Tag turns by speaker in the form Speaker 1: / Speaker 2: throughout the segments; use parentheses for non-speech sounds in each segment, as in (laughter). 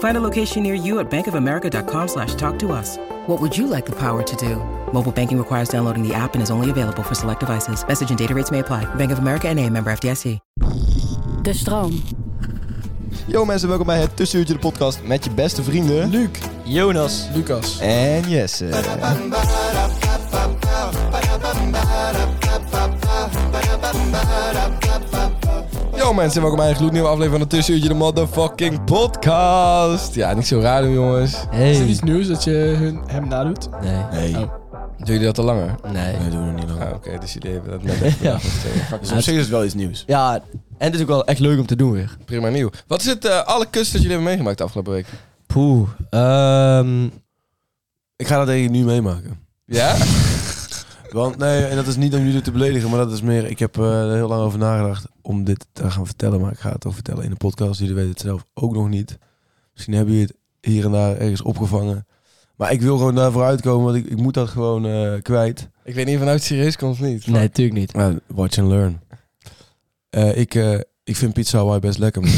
Speaker 1: Find a location near you at bankofamerica.com slash talk to us. What would you like the power to do? Mobile banking requires downloading the app and is only available for select devices. Message and data rates may apply. Bank of America en a member FDIC.
Speaker 2: De stroom.
Speaker 3: Yo mensen, welkom bij het Tussenuurtje de podcast met je beste vrienden... Luc, Jonas
Speaker 4: Lucas.
Speaker 3: en Jesse. Yo mensen, welkom bij een gloednieuwe aflevering van het Tussenuurtje de motherfucking podcast. Ja, niet zo raar doen jongens.
Speaker 4: Is er
Speaker 5: Hey.
Speaker 4: iets nieuws dat je hun, hem nadoet?
Speaker 5: Nee.
Speaker 3: Nee. Doen jullie dat al langer?
Speaker 5: Nee.
Speaker 3: doen we niet langer. Oké, dus jullie hebben dat
Speaker 4: (laughs)
Speaker 3: net even
Speaker 5: Ja.
Speaker 3: Fuck,
Speaker 4: Dus op zich is het wel iets nieuws.
Speaker 5: Ja, en het is ook wel echt leuk om te doen weer.
Speaker 3: Prima nieuw. Wat is het eh, alle kust dat jullie hebben meegemaakt de afgelopen week?
Speaker 5: Poeh. Ehm
Speaker 4: Ik ga dat denk ik nu meemaken.
Speaker 3: Ja?
Speaker 4: (laughs) Want nee, en dat is niet om jullie te beledigen, maar dat is meer... Ik heb eh, er heel lang over nagedacht om dit te gaan vertellen, maar ik ga het toch vertellen in de podcast. Jullie weten het zelf ook nog niet. Misschien hebben jullie het hier en daar ergens opgevangen. Maar ik wil gewoon daarvoor uitkomen, want ik, ik moet dat gewoon eh, kwijt.
Speaker 3: Ik weet niet of het nou serieus komt of niet.
Speaker 5: nee, natuurlijk niet.
Speaker 4: Ja, watch and learn. Eh, ik, eh, ik vind pizza Hawaii best lekker. man.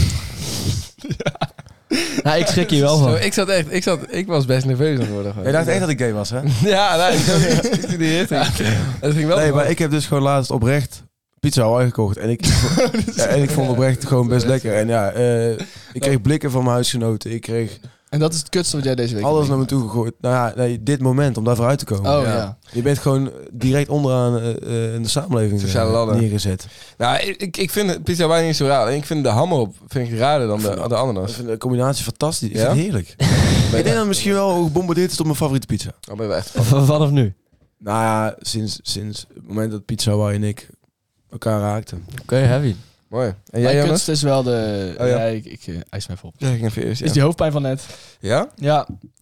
Speaker 5: Nou, ik schrik hier wel
Speaker 3: Zo,
Speaker 5: van.
Speaker 4: Oh.
Speaker 3: ik zat echt, ik, zat, ik was best nerveus aan het worden. gewoon.
Speaker 4: Jij dacht echt dat ik gay (laughs) was, hè?
Speaker 3: Ja, nee, ik zat in die richting. Het ging wel.
Speaker 4: Nee,
Speaker 3: goed.
Speaker 4: maar ik heb dus gewoon laatst oprecht pizza Hawaii gekocht. En (laughs) ik, ja, en ik vond het oprecht gewoon best lekker. En ja, eh, ik kreeg blikken van mijn huisgenoten. Ik kreeg
Speaker 6: En dat is het kutste wat jij deze week
Speaker 4: alles
Speaker 6: hebt
Speaker 4: naar me toe gegooid. Nou ja, nee, dit moment om daar vooruit te komen.
Speaker 6: meegemaakt. Oh ja.
Speaker 4: Je bent gewoon direct onderaan eh, eh, in de samenleving
Speaker 3: Sociale
Speaker 4: eh,
Speaker 3: ladder.
Speaker 4: neergezet.
Speaker 3: Nou, ik, ik vind het pizza bijna niet zo raar. Ik vind de hammer op vind ik raarder dan de, de
Speaker 4: Dat
Speaker 3: ananas.
Speaker 4: is een combinatie fantastisch. Ik
Speaker 3: Ja?
Speaker 4: vind het heerlijk. (laughs) ik denk dat misschien wel gebombardeerd is op mijn favoriete pizza.
Speaker 3: Dan ben je wel echt.
Speaker 5: V- Vanaf nu.
Speaker 4: Nou ja, sinds, sinds het moment dat pizza Hawaii en ik elkaar raakten.
Speaker 5: Oké, heavy.
Speaker 3: Mooi. En
Speaker 6: Mijn
Speaker 3: jij, Jonas?
Speaker 6: kutste is wel de...
Speaker 3: Oh, ja.
Speaker 6: ja. ik, ik eh, ijs me even op.
Speaker 3: Ja, ik ging even eerst, ja.
Speaker 6: Is die hoofdpijn van net?
Speaker 3: Ja?
Speaker 6: Ja.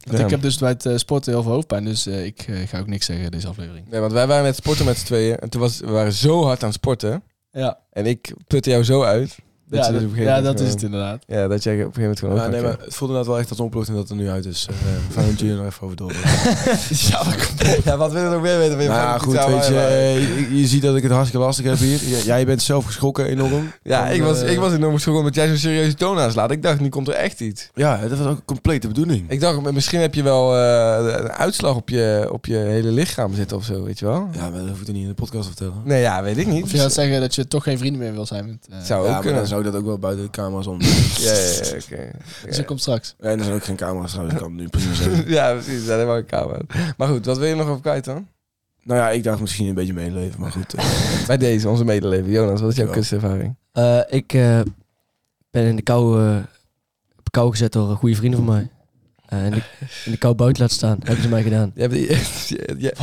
Speaker 6: Want
Speaker 3: Ja.
Speaker 6: ik heb dus bij het eh, sporten heel veel hoofdpijn, dus eh, ik eh, ga ook niks zeggen in deze aflevering.
Speaker 3: Nee, want wij waren met sporten met z'n tweeën. En toen was, we waren zo hard aan het sporten.
Speaker 6: Ja,
Speaker 3: En ik putte jou zo uit. Dat
Speaker 6: ja,
Speaker 3: je dus
Speaker 6: dat,
Speaker 3: op een gegeven
Speaker 6: ja
Speaker 3: moment
Speaker 6: dat is het
Speaker 3: gewoon-
Speaker 6: inderdaad.
Speaker 3: Ja, dat jij op een gegeven moment gewoon
Speaker 4: Ja,
Speaker 3: ook
Speaker 4: nee,
Speaker 3: gaat,
Speaker 4: maar het voelde inderdaad wel echt als een opluchting dat het er nu uit is. Eh fijn dat jullie er nog even over door.
Speaker 3: (laughs) (laughs) ja, maar- ja, wat wil je nog meer weten? Wil je
Speaker 4: Nou
Speaker 3: van
Speaker 4: ja,
Speaker 3: de
Speaker 4: goed,
Speaker 3: pizza
Speaker 4: weet je,
Speaker 3: Hawaii?
Speaker 4: eh, je, je ziet dat ik het hartstikke lastig heb hier. J- Jij bent zelf geschrokken enorm.
Speaker 3: Ja,
Speaker 4: Van,
Speaker 3: ik was,
Speaker 4: eh,
Speaker 3: ik was enorm geschrokken omdat jij zo'n serieuze toon aanslaat. Ik dacht, nu komt er echt iets.
Speaker 4: Ja, dat was ook compleet de bedoeling.
Speaker 3: Ik dacht, misschien heb je wel eh, een uitslag op je, op je hele lichaam zitten of zo, weet je wel?
Speaker 4: Ja, maar dat hoef ik er niet in de podcast te vertellen.
Speaker 3: Nee, ja, weet ik niet.
Speaker 6: Of je gaat zeggen dat je toch geen vrienden meer wil zijn met... eh,
Speaker 3: zou
Speaker 4: ja,
Speaker 3: ook
Speaker 4: maar
Speaker 3: kunnen.
Speaker 4: dan zou ik dat ook wel buiten de camera's om.
Speaker 3: (laughs) Ja, ja, ja, oké.
Speaker 6: Dus dat komt straks.
Speaker 4: En er zijn ook geen camera's trouwens, ik kan het nu precies zeggen.
Speaker 3: (laughs) Ja, precies. Dat helemaal kamer. Maar goed, wat wil je nog over kwijt dan?
Speaker 4: Nou ja, ik dacht misschien een beetje meeleven, maar goed. eh,
Speaker 3: Bij deze, onze medeleven. Jonas, wat is jouw
Speaker 4: Ja.
Speaker 3: kustervaring?
Speaker 5: Eh, ik eh, ben in de kou, eh, op kou gezet door een goede vrienden van mij. Eh, in, de, in de kou buiten laten staan. Hebben ze mij gedaan.
Speaker 3: Je hebt die, (laughs) je- je-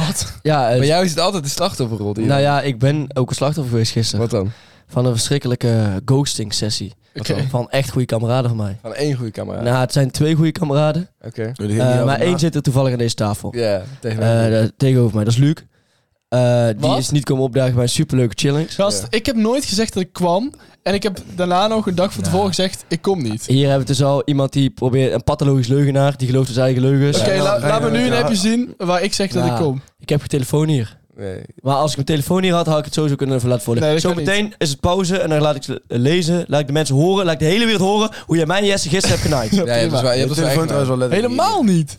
Speaker 5: Ja, eh,
Speaker 3: bij (laughs) jou is het altijd de slachtofferrol. die je-
Speaker 5: nou ja, ik ben ook een slachtoffer geweest gisteren.
Speaker 3: Wat dan?
Speaker 5: Van een verschrikkelijke ghosting sessie.
Speaker 6: Oké.
Speaker 5: Van echt goede kameraden van mij.
Speaker 3: Van één goede camera.
Speaker 5: Nou, het zijn twee goede kameraden.
Speaker 3: Oké.
Speaker 4: jullie gingen
Speaker 5: Eh,
Speaker 4: niet
Speaker 5: maar
Speaker 4: over
Speaker 5: één
Speaker 4: na-
Speaker 5: zit er toevallig aan deze tafel.
Speaker 3: Ja, tegen
Speaker 5: Eh,
Speaker 3: mij.
Speaker 5: daar- tegenover mij, dat is Luc. Eh, die
Speaker 6: Wat?
Speaker 5: is niet komen opdagen bij een superleuke challenge.
Speaker 6: Gast,
Speaker 3: Ja.
Speaker 6: ik heb nooit gezegd dat ik kwam. En ik heb daarna nog een dag van tevoren gezegd, ik kom niet.
Speaker 5: Hier hebben we dus al iemand die probeert, een pathologisch leugenaar, die gelooft in zijn eigen leugens.
Speaker 6: Oké,
Speaker 4: Ja,
Speaker 6: la-
Speaker 4: nou,
Speaker 6: laat me
Speaker 4: ja,
Speaker 6: nu een
Speaker 4: ja. Oh.
Speaker 6: appje zien waar ik zeg dat
Speaker 5: Ja.
Speaker 6: ik kom.
Speaker 5: Ik heb geen telefoon hier.
Speaker 3: nee.
Speaker 5: Maar als ik mijn telefoon hier had, had ik het sowieso kunnen even laten volgen.
Speaker 6: Nee, dat kan
Speaker 5: Zometeen is het pauze en dan laat ik ze lezen, laat ik de mensen horen, laat ik de hele wereld horen hoe jij mij en Jesse gisteren hebt genaaid.
Speaker 3: Ja, je hebt dus wel- je hebt
Speaker 4: de
Speaker 3: dus wel
Speaker 4: telefoon
Speaker 3: echt-
Speaker 4: trouwens wel letterlijk.
Speaker 6: Helemaal niet.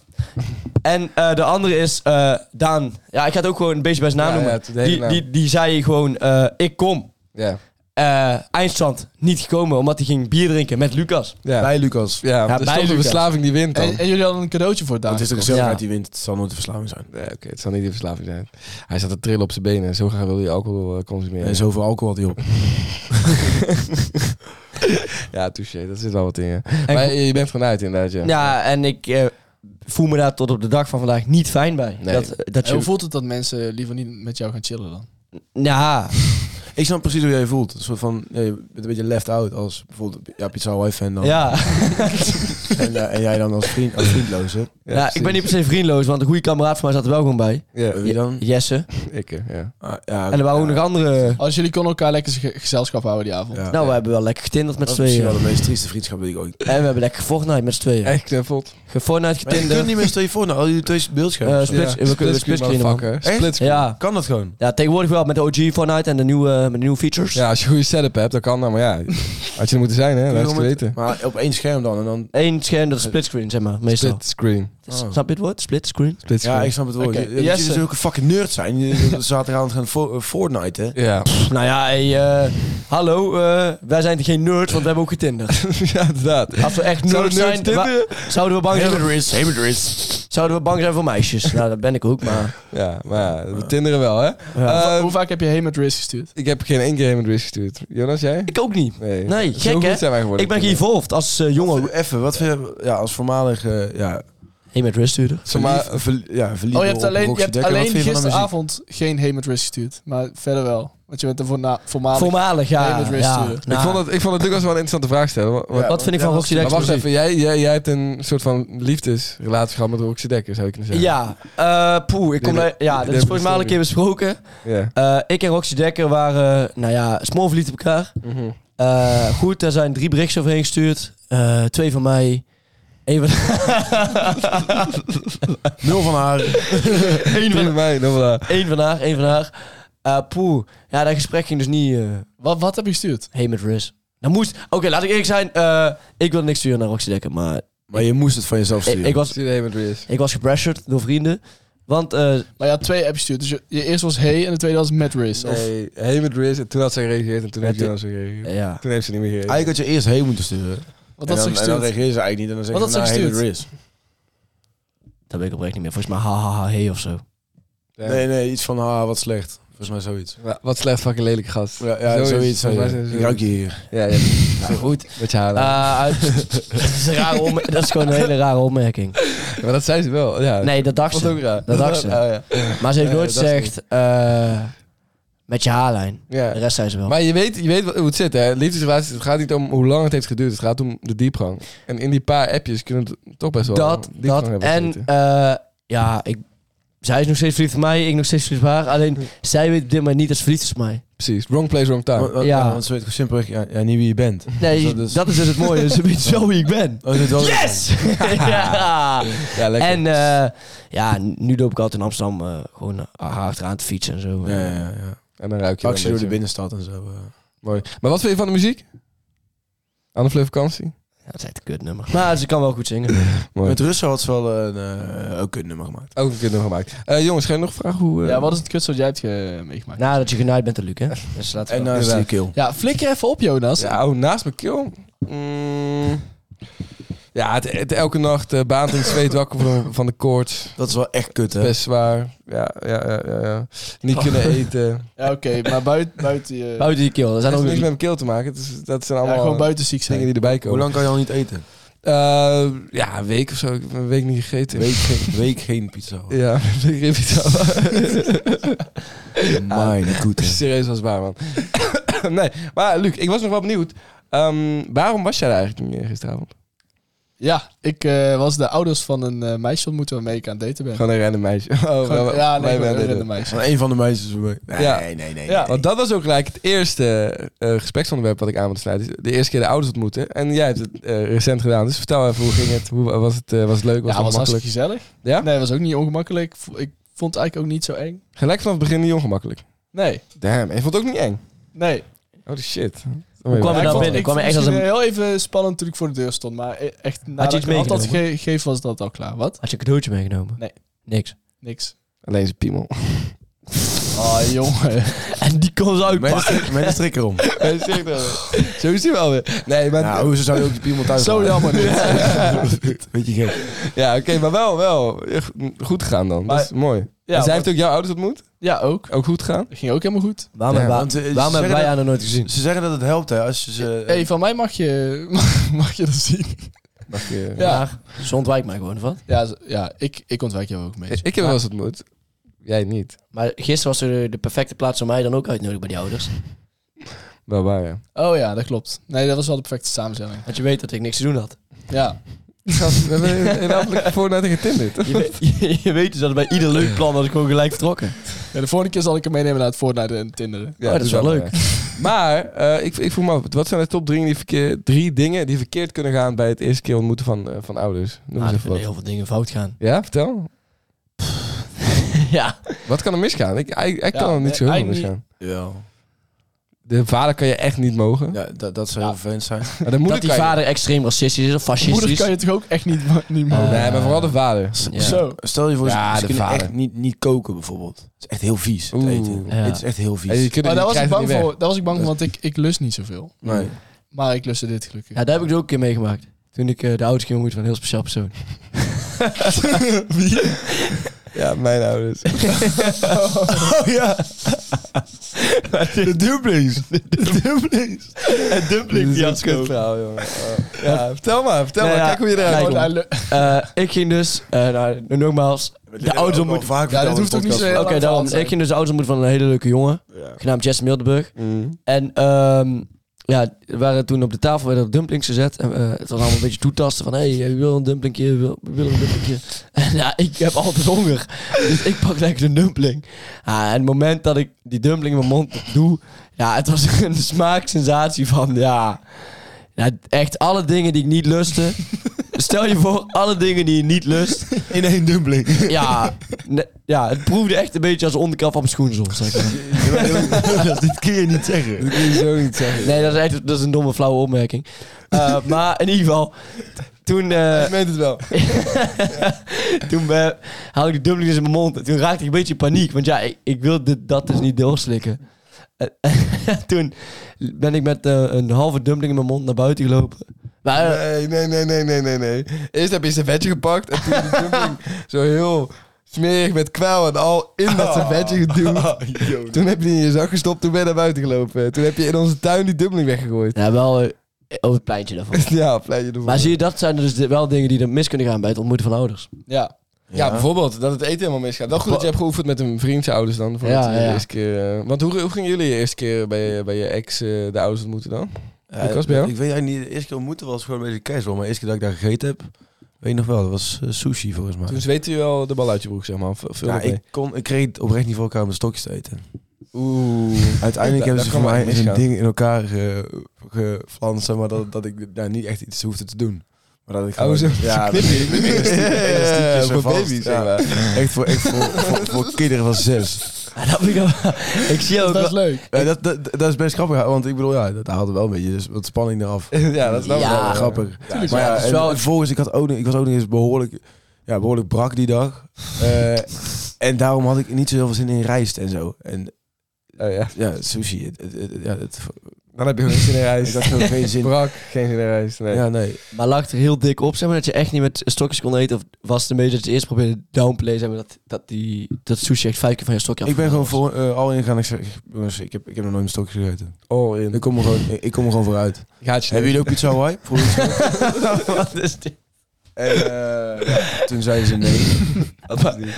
Speaker 5: En eh, de andere is eh, Daan. Ja, ik ga het ook gewoon een beetje bij zijn naam
Speaker 3: Ja,
Speaker 5: noemen.
Speaker 3: ja, het- de hele
Speaker 5: die,
Speaker 3: naam.
Speaker 5: die, die zei gewoon, eh, ik kom.
Speaker 3: Ja.
Speaker 5: eh, eindstand niet gekomen, omdat hij ging bier drinken met Lucas.
Speaker 3: Ja.
Speaker 4: Bij Lucas.
Speaker 3: ja,
Speaker 5: Ja,
Speaker 3: dat is
Speaker 5: bij
Speaker 3: toch de
Speaker 5: Lucas.
Speaker 3: verslaving die wint dan.
Speaker 6: En, en jullie hadden een cadeautje voor
Speaker 4: Want
Speaker 6: daar.
Speaker 4: het is toch
Speaker 5: Ja.
Speaker 4: gezelligheid die wint. Het zal nooit de verslaving zijn.
Speaker 3: Nee, oké, het zal niet de verslaving zijn. Hij zat te trillen op zijn benen. Zo graag wilde hij alcohol eh, consumeren.
Speaker 4: En zoveel alcohol had hij op.
Speaker 3: Ja, touché. Dat zit wel wat in je.
Speaker 5: En-
Speaker 3: Maar je je bent vanuit inderdaad, ja.
Speaker 5: Ja, en ik eh, voel me daar tot op de dag van vandaag niet fijn bij.
Speaker 3: Nee.
Speaker 5: Dat, eh, dat
Speaker 6: En hoe
Speaker 5: je,
Speaker 6: voelt het dat mensen liever niet met jou gaan chillen dan?
Speaker 5: ja,
Speaker 4: Ik snap precies hoe jij je voelt. Een soort van, ja, je bent een beetje left out als bijvoorbeeld ja, Pizza Wife fan dan.
Speaker 5: ja.
Speaker 4: (laughs) En, eh, en jij dan als, vriend, als vriendloze.
Speaker 5: Ja,
Speaker 3: precies.
Speaker 5: Nou, ik ben niet per se vriendloos, want een goede kameraad van mij zat er wel gewoon bij.
Speaker 3: Ja,
Speaker 4: Wie dan?
Speaker 5: Jesse.
Speaker 3: ik, eh, ja.
Speaker 4: Ah, ja,
Speaker 5: En er waren ook
Speaker 4: ja,
Speaker 5: nog andere...
Speaker 6: Als jullie konden elkaar lekker ge- gezelschap houden die avond.
Speaker 4: ja.
Speaker 5: Nou, we hebben wel lekker getinderd met
Speaker 4: dat
Speaker 5: z'n
Speaker 4: is misschien wel
Speaker 5: tweeën.
Speaker 4: de meest trieste vriendschap die ik ooit...
Speaker 5: En we hebben lekker Fortnite met z'n tweeën.
Speaker 3: Echt eh, kneffeld.
Speaker 5: Fortnite
Speaker 4: Maar
Speaker 3: (laughs)
Speaker 4: je
Speaker 5: getinderd.
Speaker 4: kunt niet meer, stel je voor, nou, al jullie twee beeldschermen.
Speaker 5: Eh, split- we kunnen de splitscreen maken.
Speaker 3: maken. Split
Speaker 5: Ja.
Speaker 4: Kan dat gewoon?
Speaker 5: ja, tegenwoordig wel met de OG Fortnite en de nieuwe, eh, met de nieuwe features.
Speaker 3: Ja, als je een goede setup hebt, dan kan dat. Maar ja,
Speaker 5: (laughs)
Speaker 3: had je er moeten zijn, hè. Laat je het
Speaker 4: Gewoon met-
Speaker 3: weten.
Speaker 4: Maar op één scherm dan. En dan
Speaker 5: Eén scherm, dat is splitscreen, zeg maar, meestal.
Speaker 3: Split Oh. screen.
Speaker 5: S- Snap je het woord? Splitscreen?
Speaker 3: Split
Speaker 4: ja, ik
Speaker 3: screen.
Speaker 4: snap het woord.
Speaker 6: Oké,
Speaker 4: Je- je-
Speaker 6: Jesse.
Speaker 4: Jullie zulke fucking nerds zijn. Jullie (laughs) zaterdagavond gaan fo- eh, Fortnite, hè?
Speaker 3: Ja, (laughs)
Speaker 5: Nou ja, hey, eh, hallo, eh, wij zijn geen nerds, want we hebben ook
Speaker 3: (laughs)
Speaker 5: getinderd.
Speaker 3: ja inderdaad.
Speaker 5: Als we echt nerds
Speaker 3: Zouden
Speaker 5: zijn,
Speaker 3: nerds tinderen?
Speaker 5: wa- zouden we, bang zijn voor,
Speaker 4: is,
Speaker 5: zouden we bang zijn voor meisjes. Nou, dat ben ik ook, maar... Eh,
Speaker 3: Ja, maar ja, we tinderen wel, hè. Ehm,
Speaker 6: hoe vaak heb je heen met Riz gestuurd?
Speaker 3: ik heb geen één keer helemaal Risk gestuurd. Jonas, jij?
Speaker 5: Ik ook niet.
Speaker 3: Nee,
Speaker 5: Nee,
Speaker 3: Zo
Speaker 5: gek,
Speaker 3: goed
Speaker 5: hè?
Speaker 3: zijn wij geworden.
Speaker 5: Ik ben geëvolved als eh, jongen.
Speaker 4: Even, wat vind je... Ja, als voormalig... eh, ja,
Speaker 5: Hey, met wrist sturen.
Speaker 3: Maar-
Speaker 4: verliefd- verlie- ja, verliefd
Speaker 6: Oh, je hebt
Speaker 4: op
Speaker 6: alleen, je
Speaker 4: Roxy
Speaker 6: hebt
Speaker 4: Dekker. Wat
Speaker 6: alleen
Speaker 4: vind je van de muziek?
Speaker 6: gisteravond geen heen met Riz gestuurd. Maar verder wel. Want je bent er voorna- voormalig.
Speaker 5: Voormalig, ja.
Speaker 6: Hey, met wrist
Speaker 5: ja,
Speaker 6: sturen.
Speaker 3: Ik
Speaker 5: nou,
Speaker 3: vond het, ik vond het Lucas wel een interessante vraag stellen. wa- wa-
Speaker 4: Ja,
Speaker 5: Wat vind ik
Speaker 4: ja,
Speaker 5: van
Speaker 4: dat
Speaker 5: Roxy
Speaker 4: is-
Speaker 3: maar wacht
Speaker 5: explosief.
Speaker 3: even, jij, jij, jij hebt een soort van liefdesrelatie gehad met Roxy Dekker, zou ik kunnen zeggen.
Speaker 5: Ja, eh, poeh, ik kom
Speaker 3: Nee,
Speaker 5: bij, ja, dat
Speaker 3: nee,
Speaker 5: is volgens mij al een
Speaker 3: sorry.
Speaker 5: keer besproken.
Speaker 3: Ja.
Speaker 5: Eh, ik en Roxy Dekker waren, nou ja, smoor verliefd op elkaar.
Speaker 3: (laughs) Mhm.
Speaker 5: Eh, goed, daar zijn drie berichtjes overheen gestuurd. Eh, twee van mij, één van,
Speaker 4: Nul van haar.
Speaker 3: Eén van mij, nog wel.
Speaker 5: één van haar, één van haar. Eh, poeh, ja, dat gesprek ging dus niet eh
Speaker 6: Wat, wat heb je gestuurd?
Speaker 5: hey met Riz. Dan moest, oké, laat ik eerlijk zijn, eh, ik wilde niks sturen naar Roxy Dekker, maar
Speaker 4: Maar je moest het van jezelf
Speaker 5: ik,
Speaker 4: sturen.
Speaker 5: ik was,
Speaker 3: Stuur de Heyman Riz.
Speaker 5: ik was gepressured door vrienden. Want, eh,
Speaker 6: Maar je had twee apps gestuurd. Dus je, je eerste was hey en de tweede was met Riz. Of
Speaker 3: Nee, Heyman Riz. En toen had zij gereageerd en toen heeft
Speaker 5: Ja,
Speaker 3: Jonas weer gereageerd.
Speaker 5: ja,
Speaker 3: Toen heeft ze niet meer gereageerd.
Speaker 4: Eigenlijk had je eerst heen moeten sturen.
Speaker 6: wat
Speaker 4: en,
Speaker 6: had ze
Speaker 4: dan, en dan
Speaker 6: gestuurd?
Speaker 4: reageer ze eigenlijk niet. En dan zeg
Speaker 6: Wat
Speaker 4: je,
Speaker 6: had ze
Speaker 4: nou,
Speaker 6: gestuurd?
Speaker 4: hey, Riz.
Speaker 5: dat weet ik oprecht niet meer. Volgens mij hahaha, hey of
Speaker 3: (laughs)
Speaker 5: zo.
Speaker 3: Ja.
Speaker 4: Nee, nee, iets van, ah, wat slecht. Volgens mij zoiets.
Speaker 3: Wa- Wat slecht fucking lelijk gast.
Speaker 4: Ja, ja zoiets.
Speaker 3: Zoiets,
Speaker 4: zoiets.
Speaker 3: volgens mij
Speaker 4: Ik
Speaker 3: zoiets.
Speaker 4: ruik je hier.
Speaker 3: Ja, ja.
Speaker 5: Nou, goed.
Speaker 3: Met je haar. dan.
Speaker 5: Eh, uit- (laughs) dat, is een rare opme- dat is gewoon een hele rare opmerking.
Speaker 3: maar dat zei ze wel. Ja.
Speaker 5: Nee, dat dacht
Speaker 3: Dat was ook
Speaker 5: ze.
Speaker 3: raar.
Speaker 5: Dat dacht ze.
Speaker 3: Oh, (laughs) ja.
Speaker 5: Maar ze heeft
Speaker 3: Nee,
Speaker 5: nooit
Speaker 3: dat is
Speaker 5: gezegd... eh, met je haarlijn.
Speaker 3: Ja.
Speaker 5: De rest zei ze wel.
Speaker 3: Maar je weet, je weet wel hoe het zit, hè? Liefdesrelaties, het gaat niet om hoe lang het heeft geduurd. Het gaat om de diepgang. En in die paar appjes kunnen het toch best wel
Speaker 5: dat,
Speaker 3: diepgang
Speaker 5: dat
Speaker 3: hebben
Speaker 5: en...
Speaker 3: gezeten.
Speaker 5: eh, ja, ik, zij is nog steeds verliefd op mij. Ik nog steeds verliefd op haar. Alleen,
Speaker 3: (laughs)
Speaker 5: zij weet op dit moment niet dat ze verliefd is op mij.
Speaker 3: Precies. Wrong place, wrong time.
Speaker 4: Want- want-
Speaker 5: Ja.
Speaker 4: ja, Want ze weet gewoon simpelweg ja, ja, niet wie je bent.
Speaker 5: Nee,
Speaker 4: Dus
Speaker 5: dat
Speaker 4: dat is-
Speaker 5: is, dus het mooie. Ze weet zo wie ik ben.
Speaker 4: Oh, is het wel-
Speaker 5: Yes!
Speaker 3: (laughs)
Speaker 5: (laughs) ja!
Speaker 3: ja, lekker.
Speaker 5: En eh, ja, nu loop ik altijd in Amsterdam eh, gewoon haar eraan te fietsen en zo. eh.
Speaker 4: Ja, ja, ja. ja.
Speaker 3: En dan ruik je wel
Speaker 4: Actie
Speaker 3: een
Speaker 4: door
Speaker 3: beetje.
Speaker 4: de binnenstad en zo. eh.
Speaker 3: Mooi. Maar wat vind je van de muziek? Aan de Fleur vakantie?
Speaker 5: Ja, dat is echt een kutnummer. Maar ze kan wel goed zingen.
Speaker 3: Mooi.
Speaker 4: Met Russen had ze wel een, eh, ook een nummer gemaakt.
Speaker 3: Ook een keer nog gemaakt. Eh, jongens, ga je nog vragen hoe... eh,
Speaker 6: Ja, wat is het kutste wat jij hebt ge- meegemaakt?
Speaker 5: Nadat je genaaid bent, Luc, hè? Dus laten
Speaker 4: En
Speaker 5: we
Speaker 4: eh, nou,
Speaker 5: dat-
Speaker 4: naast die
Speaker 3: Inderdaad.
Speaker 4: keel.
Speaker 6: Ja, flikker even op, Jonas.
Speaker 3: Ja, oh, naast mijn keel? Mm. Ja, het, het elke nacht eh baant in het zweet wakker van, van de koorts.
Speaker 4: Dat is wel echt kut, hè?
Speaker 3: Best zwaar. Ja, ja, ja, ja. ja. Niet kunnen (laughs) eten.
Speaker 6: Ja, oké. maar buiten... buiten je-
Speaker 5: Buiten die keel. Er
Speaker 3: Dat
Speaker 5: zijn
Speaker 3: heeft
Speaker 5: ook
Speaker 3: niks met
Speaker 5: nog...
Speaker 3: mijn keel te maken. Het is, dat zijn
Speaker 6: ja,
Speaker 3: allemaal
Speaker 6: gewoon buiten ziek zijn.
Speaker 3: dingen die erbij
Speaker 4: Hoe
Speaker 3: komen.
Speaker 4: lang kan je al niet
Speaker 3: (laughs)
Speaker 4: eten?
Speaker 3: Eh, ja, een week of zo. Ik heb een week niet gegeten.
Speaker 4: Week geen, week geen pizza.
Speaker 3: Ja, (laughs) een week (laughs) niet.
Speaker 4: (laughs) Mijn goed.
Speaker 3: Serieus was waar, man. (coughs) nee, maar Luc, ik was nog wel benieuwd. Ehm, waarom was jij daar eigenlijk niet meer gisteravond?
Speaker 6: Ja, ik eh, was de ouders van een eh, meisje ontmoeten waarmee ik aan het daten ben.
Speaker 3: Gewoon een random meisje. (laughs) Oh,
Speaker 6: Gewoon-
Speaker 3: wel- wij
Speaker 6: ja, nee, gewoon
Speaker 3: werden
Speaker 6: een
Speaker 3: dit.
Speaker 6: random meisje.
Speaker 4: Van een van de meisjes. voor mij. Nee,
Speaker 3: Ja.
Speaker 4: nee, nee. nee.
Speaker 3: Ja, want dat was ook gelijk het eerste eh, gespreksonderwerp wat ik aan wilde sluiten. De eerste keer de ouders ontmoeten. En jij hebt het eh, recent gedaan. Dus vertel even, hoe ging het? Hoe was het, eh, was het leuk? Was het
Speaker 6: ja, was
Speaker 3: ongemakkelijk?
Speaker 6: hartstikke gezellig.
Speaker 3: Ja?
Speaker 6: Nee, was ook niet ongemakkelijk. Ik vo- Ik vond het eigenlijk ook niet zo eng.
Speaker 3: Gelijk vanaf het begin niet ongemakkelijk.
Speaker 6: Nee,
Speaker 3: Damn, en je vond het ook niet eng?
Speaker 6: nee.
Speaker 3: Oh, shit.
Speaker 5: kwam je
Speaker 6: Ja, ik
Speaker 5: daar
Speaker 6: vond-
Speaker 5: binnen?
Speaker 6: Ik
Speaker 5: Kwam je
Speaker 6: vond
Speaker 5: echt als
Speaker 6: het
Speaker 5: een-
Speaker 6: heel even spannend toen ik voor de deur stond. Maar e- echt, nadat
Speaker 5: iets
Speaker 6: ik een had
Speaker 5: meegenomen?
Speaker 6: gegeven was dat al klaar. Wat?
Speaker 3: (laughs)
Speaker 5: Had je een cadeautje meegenomen?
Speaker 6: Nee.
Speaker 5: Niks.
Speaker 6: (laughs) Niks.
Speaker 3: Alleen zijn piemel.
Speaker 6: Ah, jongen.
Speaker 5: (laughs) En die kon ze
Speaker 4: Met een
Speaker 5: uitpakken.
Speaker 4: strik- met een strik erom.
Speaker 3: Hij zegt dat wel. Zo is hij wel weer. Nee, maar...
Speaker 4: Nou, zo zou je ook de piemel thuis
Speaker 6: Zo jammer.
Speaker 4: (laughs) Weet je gek.
Speaker 3: Ja, oké, maar wel, wel. Goed gegaan dan.
Speaker 6: Maar-
Speaker 3: dat is mooi.
Speaker 6: Ja,
Speaker 3: en zij
Speaker 6: maar-
Speaker 3: heeft ook jouw ouders ontmoet?
Speaker 6: Ja, ook.
Speaker 3: Ook goed gegaan?
Speaker 6: Dat ging ook helemaal goed.
Speaker 5: Waarom,
Speaker 4: Ja,
Speaker 5: hebben-
Speaker 4: want, eh, ze
Speaker 5: waarom hebben wij
Speaker 4: zeggen
Speaker 5: haar nog nooit gezien?
Speaker 4: Ze zeggen dat het helpt, hè. Als je
Speaker 3: Dus, eh,
Speaker 4: ze,
Speaker 6: Eh, hey, van mij mag je, (laughs) mag je dat zien.
Speaker 3: Mag je...
Speaker 6: Ja.
Speaker 5: Maar ze ontwijkt mij gewoon van.
Speaker 6: Ja, z- ja ik, ik ontwijk jou ook een beetje.
Speaker 3: Ik heb wel eens ontmoet. Jij niet.
Speaker 5: Maar gisteren was er de perfecte plaats om mij dan ook uit te nodigen bij die ouders.
Speaker 3: Wel waar, ja.
Speaker 6: Oh ja, dat klopt. Nee, dat was wel de perfecte samenstelling.
Speaker 5: Want je weet dat ik niks te doen had. (laughs)
Speaker 6: Ja.
Speaker 3: Gast, we hebben een afgelopen voornaad getinderd.
Speaker 5: Je, weet- je, je weet dus dat bij ieder leuk plan had ik gewoon gelijk vertrokken.
Speaker 6: ja, de volgende keer zal ik hem meenemen naar het Fortnite en Tinder.
Speaker 3: Ja,
Speaker 5: dat is wel leuk.
Speaker 3: waar. Maar eh, ik, ik vroeg me af, wat zijn de top drie, die verkeer, drie dingen die verkeerd kunnen gaan bij het eerste keer ontmoeten van, eh, van ouders? Noem
Speaker 5: Maar
Speaker 3: eens
Speaker 5: Ah, er
Speaker 3: even
Speaker 5: kunnen
Speaker 3: wat.
Speaker 5: heel veel dingen fout gaan. (laughs)
Speaker 3: Ja, vertel.
Speaker 5: ja.
Speaker 3: Wat kan er misgaan? Ik, hij, hij
Speaker 6: Ja,
Speaker 3: kan er niet
Speaker 6: nee,
Speaker 3: zo heel veel
Speaker 6: hij niet.
Speaker 3: misgaan.
Speaker 4: Ja,
Speaker 3: De vader kan je echt niet mogen.
Speaker 4: ja dat, dat zou heel vervelend zijn.
Speaker 3: Maar de moeder
Speaker 5: dat die
Speaker 3: kan je-
Speaker 5: vader extreem racistisch is of
Speaker 6: Moeder
Speaker 5: fascistisch.
Speaker 6: kan je toch ook echt niet, niet mogen?
Speaker 3: Oh, Nee, maar vooral de vader.
Speaker 5: Ja.
Speaker 6: Zo.
Speaker 4: Stel je voor,
Speaker 3: Ja,
Speaker 4: ze, ze
Speaker 3: de
Speaker 4: kunnen
Speaker 3: vader.
Speaker 4: echt niet, niet koken bijvoorbeeld. Het is echt heel vies, het
Speaker 3: Oeh.
Speaker 4: eten.
Speaker 5: Ja.
Speaker 4: Het is echt heel vies.
Speaker 3: En je kunt,
Speaker 6: Maar
Speaker 3: je
Speaker 6: Oh, daar was, ik
Speaker 3: krijgt het
Speaker 6: bang
Speaker 3: niet
Speaker 6: voor, daar was ik bang voor, want ik, ik lust niet zoveel.
Speaker 4: Nee.
Speaker 6: Maar ik lustte dit gelukkig.
Speaker 5: Ja, daar heb ik dus er ook een keer meegemaakt. Toen ik eh, de ouders ging ontmoeten van een heel speciaal persoon.
Speaker 3: weg. (laughs) Ja, mijn ouders.
Speaker 4: (laughs) Oh ja. De dumplings.
Speaker 5: (laughs)
Speaker 4: De dumplings. En dumplings
Speaker 3: Dit is een kut verhaal, jongen. Oh. Ja, vertel maar, vertel
Speaker 5: Nou
Speaker 3: maar.
Speaker 5: ja,
Speaker 3: Kijk hoe je eruit
Speaker 5: kijk,
Speaker 3: komt.
Speaker 6: Want hij lu-
Speaker 5: Eh, ik ging dus, eh, nou, nogmaals, de ouders ontmoet. Oké,
Speaker 4: vaak
Speaker 6: Ja, dit hoeft ook niet zo heel lang verhaal
Speaker 5: daarom.
Speaker 6: te zijn.
Speaker 5: Ik ging dus de ouders ontmoet van een hele leuke jongen. Genaamd Jesse Mildenburg. En ehm, ja, we waren toen op de tafel werden er dumplings gezet. En, eh, het was allemaal een beetje toetasten van, hé, hey, wil een dumplingje, wil, wil een dumplingje. (laughs) En ja, ik heb altijd honger. (laughs) Dus ik pak lekker een dumpling. Ah, en het moment dat ik die dumpling in mijn mond doe, ja, het was (laughs) een smaaksensatie van, ja... ja, echt alle dingen die ik niet lustte. Stel je voor, alle dingen die je niet lust.
Speaker 4: In één dumpling.
Speaker 3: (laughs)
Speaker 5: Ja, ne- ja, het proefde echt een beetje als de onderkant van mijn schoenzool. Zeg
Speaker 4: (laughs)
Speaker 5: maar.
Speaker 4: Dit kun je niet zeggen.
Speaker 3: Dat kun je zo niet zeggen.
Speaker 5: Nee, dat is echt dat is een domme, flauwe opmerking. Eh, maar in ieder geval, toen, eh, (laughs)
Speaker 3: Ik weet het wel.
Speaker 5: toen ben- haalde ik die dumpling dus in mijn mond. En toen raakte ik een beetje in paniek, want ja, ik, ik wil dit, dat dus niet doorslikken. En- en (laughs) toen ben ik met eh, een halve dumpling in mijn mond naar buiten gelopen. Maar, eh,
Speaker 3: Nee, nee, nee, nee, nee, nee, nee. Eerst heb je een servetje gepakt en toen de dumpling zo heel smerig met kwel en al in dat (laughs) servetje geduwd. Toen heb je die in je zak gestopt, toen ben je naar buiten gelopen. Toen heb je in onze tuin die dumpling weggegooid. (laughs)
Speaker 5: ja, wel eh, over het pleintje daarvan.
Speaker 3: Ja, pleitje ervoor.
Speaker 5: Maar zie je, dat zijn dus de- wel dingen die er mis kunnen gaan bij het ontmoeten van ouders.
Speaker 3: Ja. Ja, bijvoorbeeld dat het eten helemaal misgaat. Wel goed dat je hebt geoefend met een vriendse ouders dan. Voor
Speaker 5: Ja,
Speaker 3: ja,
Speaker 5: ja.
Speaker 3: Eerste keer, eh, want hoe, hoe gingen jullie je eerste keer bij, je- bij je ex eh, de ouders ontmoeten dan?
Speaker 4: Ja,
Speaker 3: Lucas, bij jou?
Speaker 4: Ik weet eigenlijk niet, de eerste keer ontmoeten was gewoon een beetje casual. Maar de eerste keer dat ik daar gegeten heb, weet ik nog wel, dat was eh, sushi volgens mij.
Speaker 3: Toen zweette je al de bal uit je broek, zeg maar. Of, of viel
Speaker 4: ja,
Speaker 3: dat mee?
Speaker 4: Nou, ik, kon, ik kreeg het oprecht niet voor elkaar om de stokjes te eten.
Speaker 3: (laughs) Oeh.
Speaker 4: Uiteindelijk
Speaker 3: Ja,
Speaker 4: hebben ze
Speaker 3: daar
Speaker 4: voor
Speaker 3: kan wel
Speaker 4: mij
Speaker 3: echt
Speaker 4: een
Speaker 3: misgaan.
Speaker 4: ding in elkaar ge- geflanst, zeg maar dat, dat ik daar niet echt iets hoefde te doen. Maar dat ik
Speaker 3: Oh, zo. (laughs)
Speaker 4: (laughs) Ja,
Speaker 3: Knippie, knippie.
Speaker 4: elastiek- elastiekjes
Speaker 3: Voor
Speaker 4: en vast,
Speaker 3: baby's, zeg
Speaker 4: ja.
Speaker 3: maar.
Speaker 4: (laughs) Echt voor, echt voor, voor,
Speaker 3: (laughs)
Speaker 4: voor kinderen van zes.
Speaker 5: Ja, (laughs) dat vind ik, dan- ik zie ook
Speaker 6: dat is
Speaker 5: wel-
Speaker 6: leuk.
Speaker 4: Ja, dat, dat, dat is best grappig, want ik bedoel, ja, dat haalde wel een beetje dus wat spanning eraf.
Speaker 3: ja, dat is nou
Speaker 5: Ja.
Speaker 3: wel grappig.
Speaker 4: grappig.
Speaker 6: Tuurlijk
Speaker 4: maar
Speaker 6: wel.
Speaker 4: ja,
Speaker 5: Het is
Speaker 4: en,
Speaker 5: wel-
Speaker 4: en vervolgens, ik, had ook, nog- ik was ook nog eens behoorlijk, ja, behoorlijk brak die dag. Eh, en daarom had ik niet zo heel veel zin in rijst en zo. En
Speaker 3: Oh, (laughs) ja.
Speaker 4: ja, sushi. Het, het, het- ja, het,
Speaker 3: Dan heb je gewoon geen zin in
Speaker 4: ik
Speaker 3: reis.
Speaker 4: had gewoon geen (laughs) zin.
Speaker 3: Brak, geen zin in reis. Nee.
Speaker 4: Ja, nee.
Speaker 5: Maar lag het er heel dik op, zeg maar, dat je echt niet met stokjes kon eten? Of was het een beetje dat je eerst probeerde te downplay, zeg maar, dat, dat, die, dat sushi echt vijf keer van je stokje
Speaker 4: Ik ben gewoon
Speaker 5: afgevallen
Speaker 4: voor, eh, al ingegaan. Ik zeg, jongens, ik heb, ik heb nog nooit een stokje gegeten.
Speaker 3: All in.
Speaker 4: Ik kom er gewoon, ik, ik kom er gewoon vooruit.
Speaker 3: Ik haat je.
Speaker 4: (laughs) Hebben jullie ook pizza Hawaii? (laughs) Vroeg ik zo.
Speaker 3: (laughs)
Speaker 5: (laughs) was? Wat is dit?
Speaker 4: En eh, ja, toen zeiden ze nee.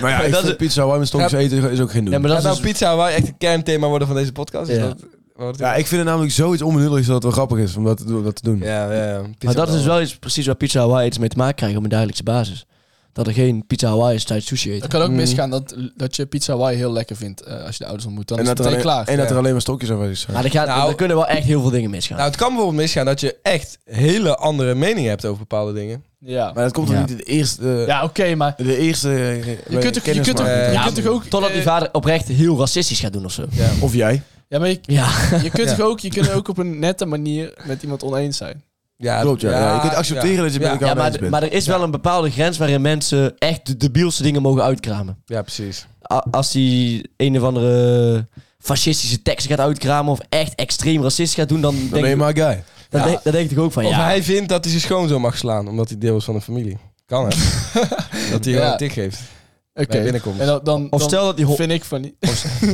Speaker 4: Maar ja, ik
Speaker 5: dat
Speaker 4: vind
Speaker 5: is-
Speaker 4: pizza Hawaii met stokjes
Speaker 3: Ja.
Speaker 4: eten is ook geen doen. Ja,
Speaker 5: Ja, maar dat
Speaker 3: Gaat
Speaker 5: is
Speaker 3: nou
Speaker 5: dus-
Speaker 3: pizza Hawaii echt het kernthema worden van deze podcast? Is
Speaker 5: Ja.
Speaker 3: dat, wordt het-
Speaker 4: ik vind het namelijk zoiets onbenulligs dat het wel grappig is om dat te, doen- dat te doen.
Speaker 3: ja, ja, ja. Pizza
Speaker 5: maar dat is dus
Speaker 3: Hawaii.
Speaker 5: wel iets precies waar Pizza Hawaii iets mee te maken krijgt op een dagelijkse basis. Dat er geen Pizza Hawaii is tijdens sushi
Speaker 6: Het
Speaker 5: eten.
Speaker 6: kan ook misgaan dat, dat je pizza Hawaii heel lekker vindt eh, als je de ouders ontmoet. Dan
Speaker 4: En,
Speaker 6: is
Speaker 4: dat
Speaker 6: het
Speaker 4: er
Speaker 6: meteen
Speaker 4: alleen,
Speaker 6: klaar.
Speaker 4: en dat
Speaker 6: Ja.
Speaker 4: er alleen maar stokjes aanwezig zijn.
Speaker 5: Maar er, gaat,
Speaker 3: Nou-
Speaker 5: er kunnen wel echt heel veel dingen misgaan.
Speaker 3: Nou, het kan bijvoorbeeld misgaan dat je echt hele andere meningen hebt over bepaalde dingen.
Speaker 6: Ja,
Speaker 4: Maar dat komt toch
Speaker 5: Ja.
Speaker 4: niet de eerste... eh,
Speaker 6: ja oké, maar
Speaker 4: De eerste... eh,
Speaker 6: je kunt toch, je kunt toch,
Speaker 3: maken.
Speaker 6: je
Speaker 3: Ja,
Speaker 6: kunt toch ook...
Speaker 5: Totdat die
Speaker 6: eh,
Speaker 5: vader oprecht heel racistisch gaat doen of zo.
Speaker 4: Of jij.
Speaker 6: Ja, maar je,
Speaker 5: Ja,
Speaker 6: je kunt
Speaker 3: Ja.
Speaker 6: toch ook, je kunt ook op een nette manier met iemand oneens zijn.
Speaker 3: Ja,
Speaker 4: Klopt, ja.
Speaker 3: ja,
Speaker 4: ja. Je kunt accepteren
Speaker 3: ja.
Speaker 4: dat je
Speaker 3: Ja.
Speaker 4: met elkaar
Speaker 5: Ja,
Speaker 4: ja,
Speaker 5: maar,
Speaker 4: bent.
Speaker 5: maar er is wel een bepaalde grens waarin mensen echt de debielste dingen mogen uitkramen.
Speaker 3: Ja, precies.
Speaker 5: A- Als die een of andere fascistische tekst gaat uitkramen of echt extreem racistisch gaat doen, dan,
Speaker 4: dan
Speaker 5: denk,
Speaker 4: ben je
Speaker 5: ik,
Speaker 4: maar guy.
Speaker 5: dan
Speaker 3: Ja.
Speaker 5: denk, dan denk ik ook van
Speaker 3: Of
Speaker 5: ja.
Speaker 3: hij vindt dat hij zijn schoonzoon mag slaan, omdat hij deel is van de familie. Kan het. dat hij
Speaker 6: Ja.
Speaker 3: gewoon een tik geeft
Speaker 6: Oké.
Speaker 3: bij binnenkomst.
Speaker 6: En dan, dan,
Speaker 5: Of
Speaker 6: dan
Speaker 5: stel
Speaker 6: (laughs)
Speaker 5: dat die hond-
Speaker 6: vind ik van... niet-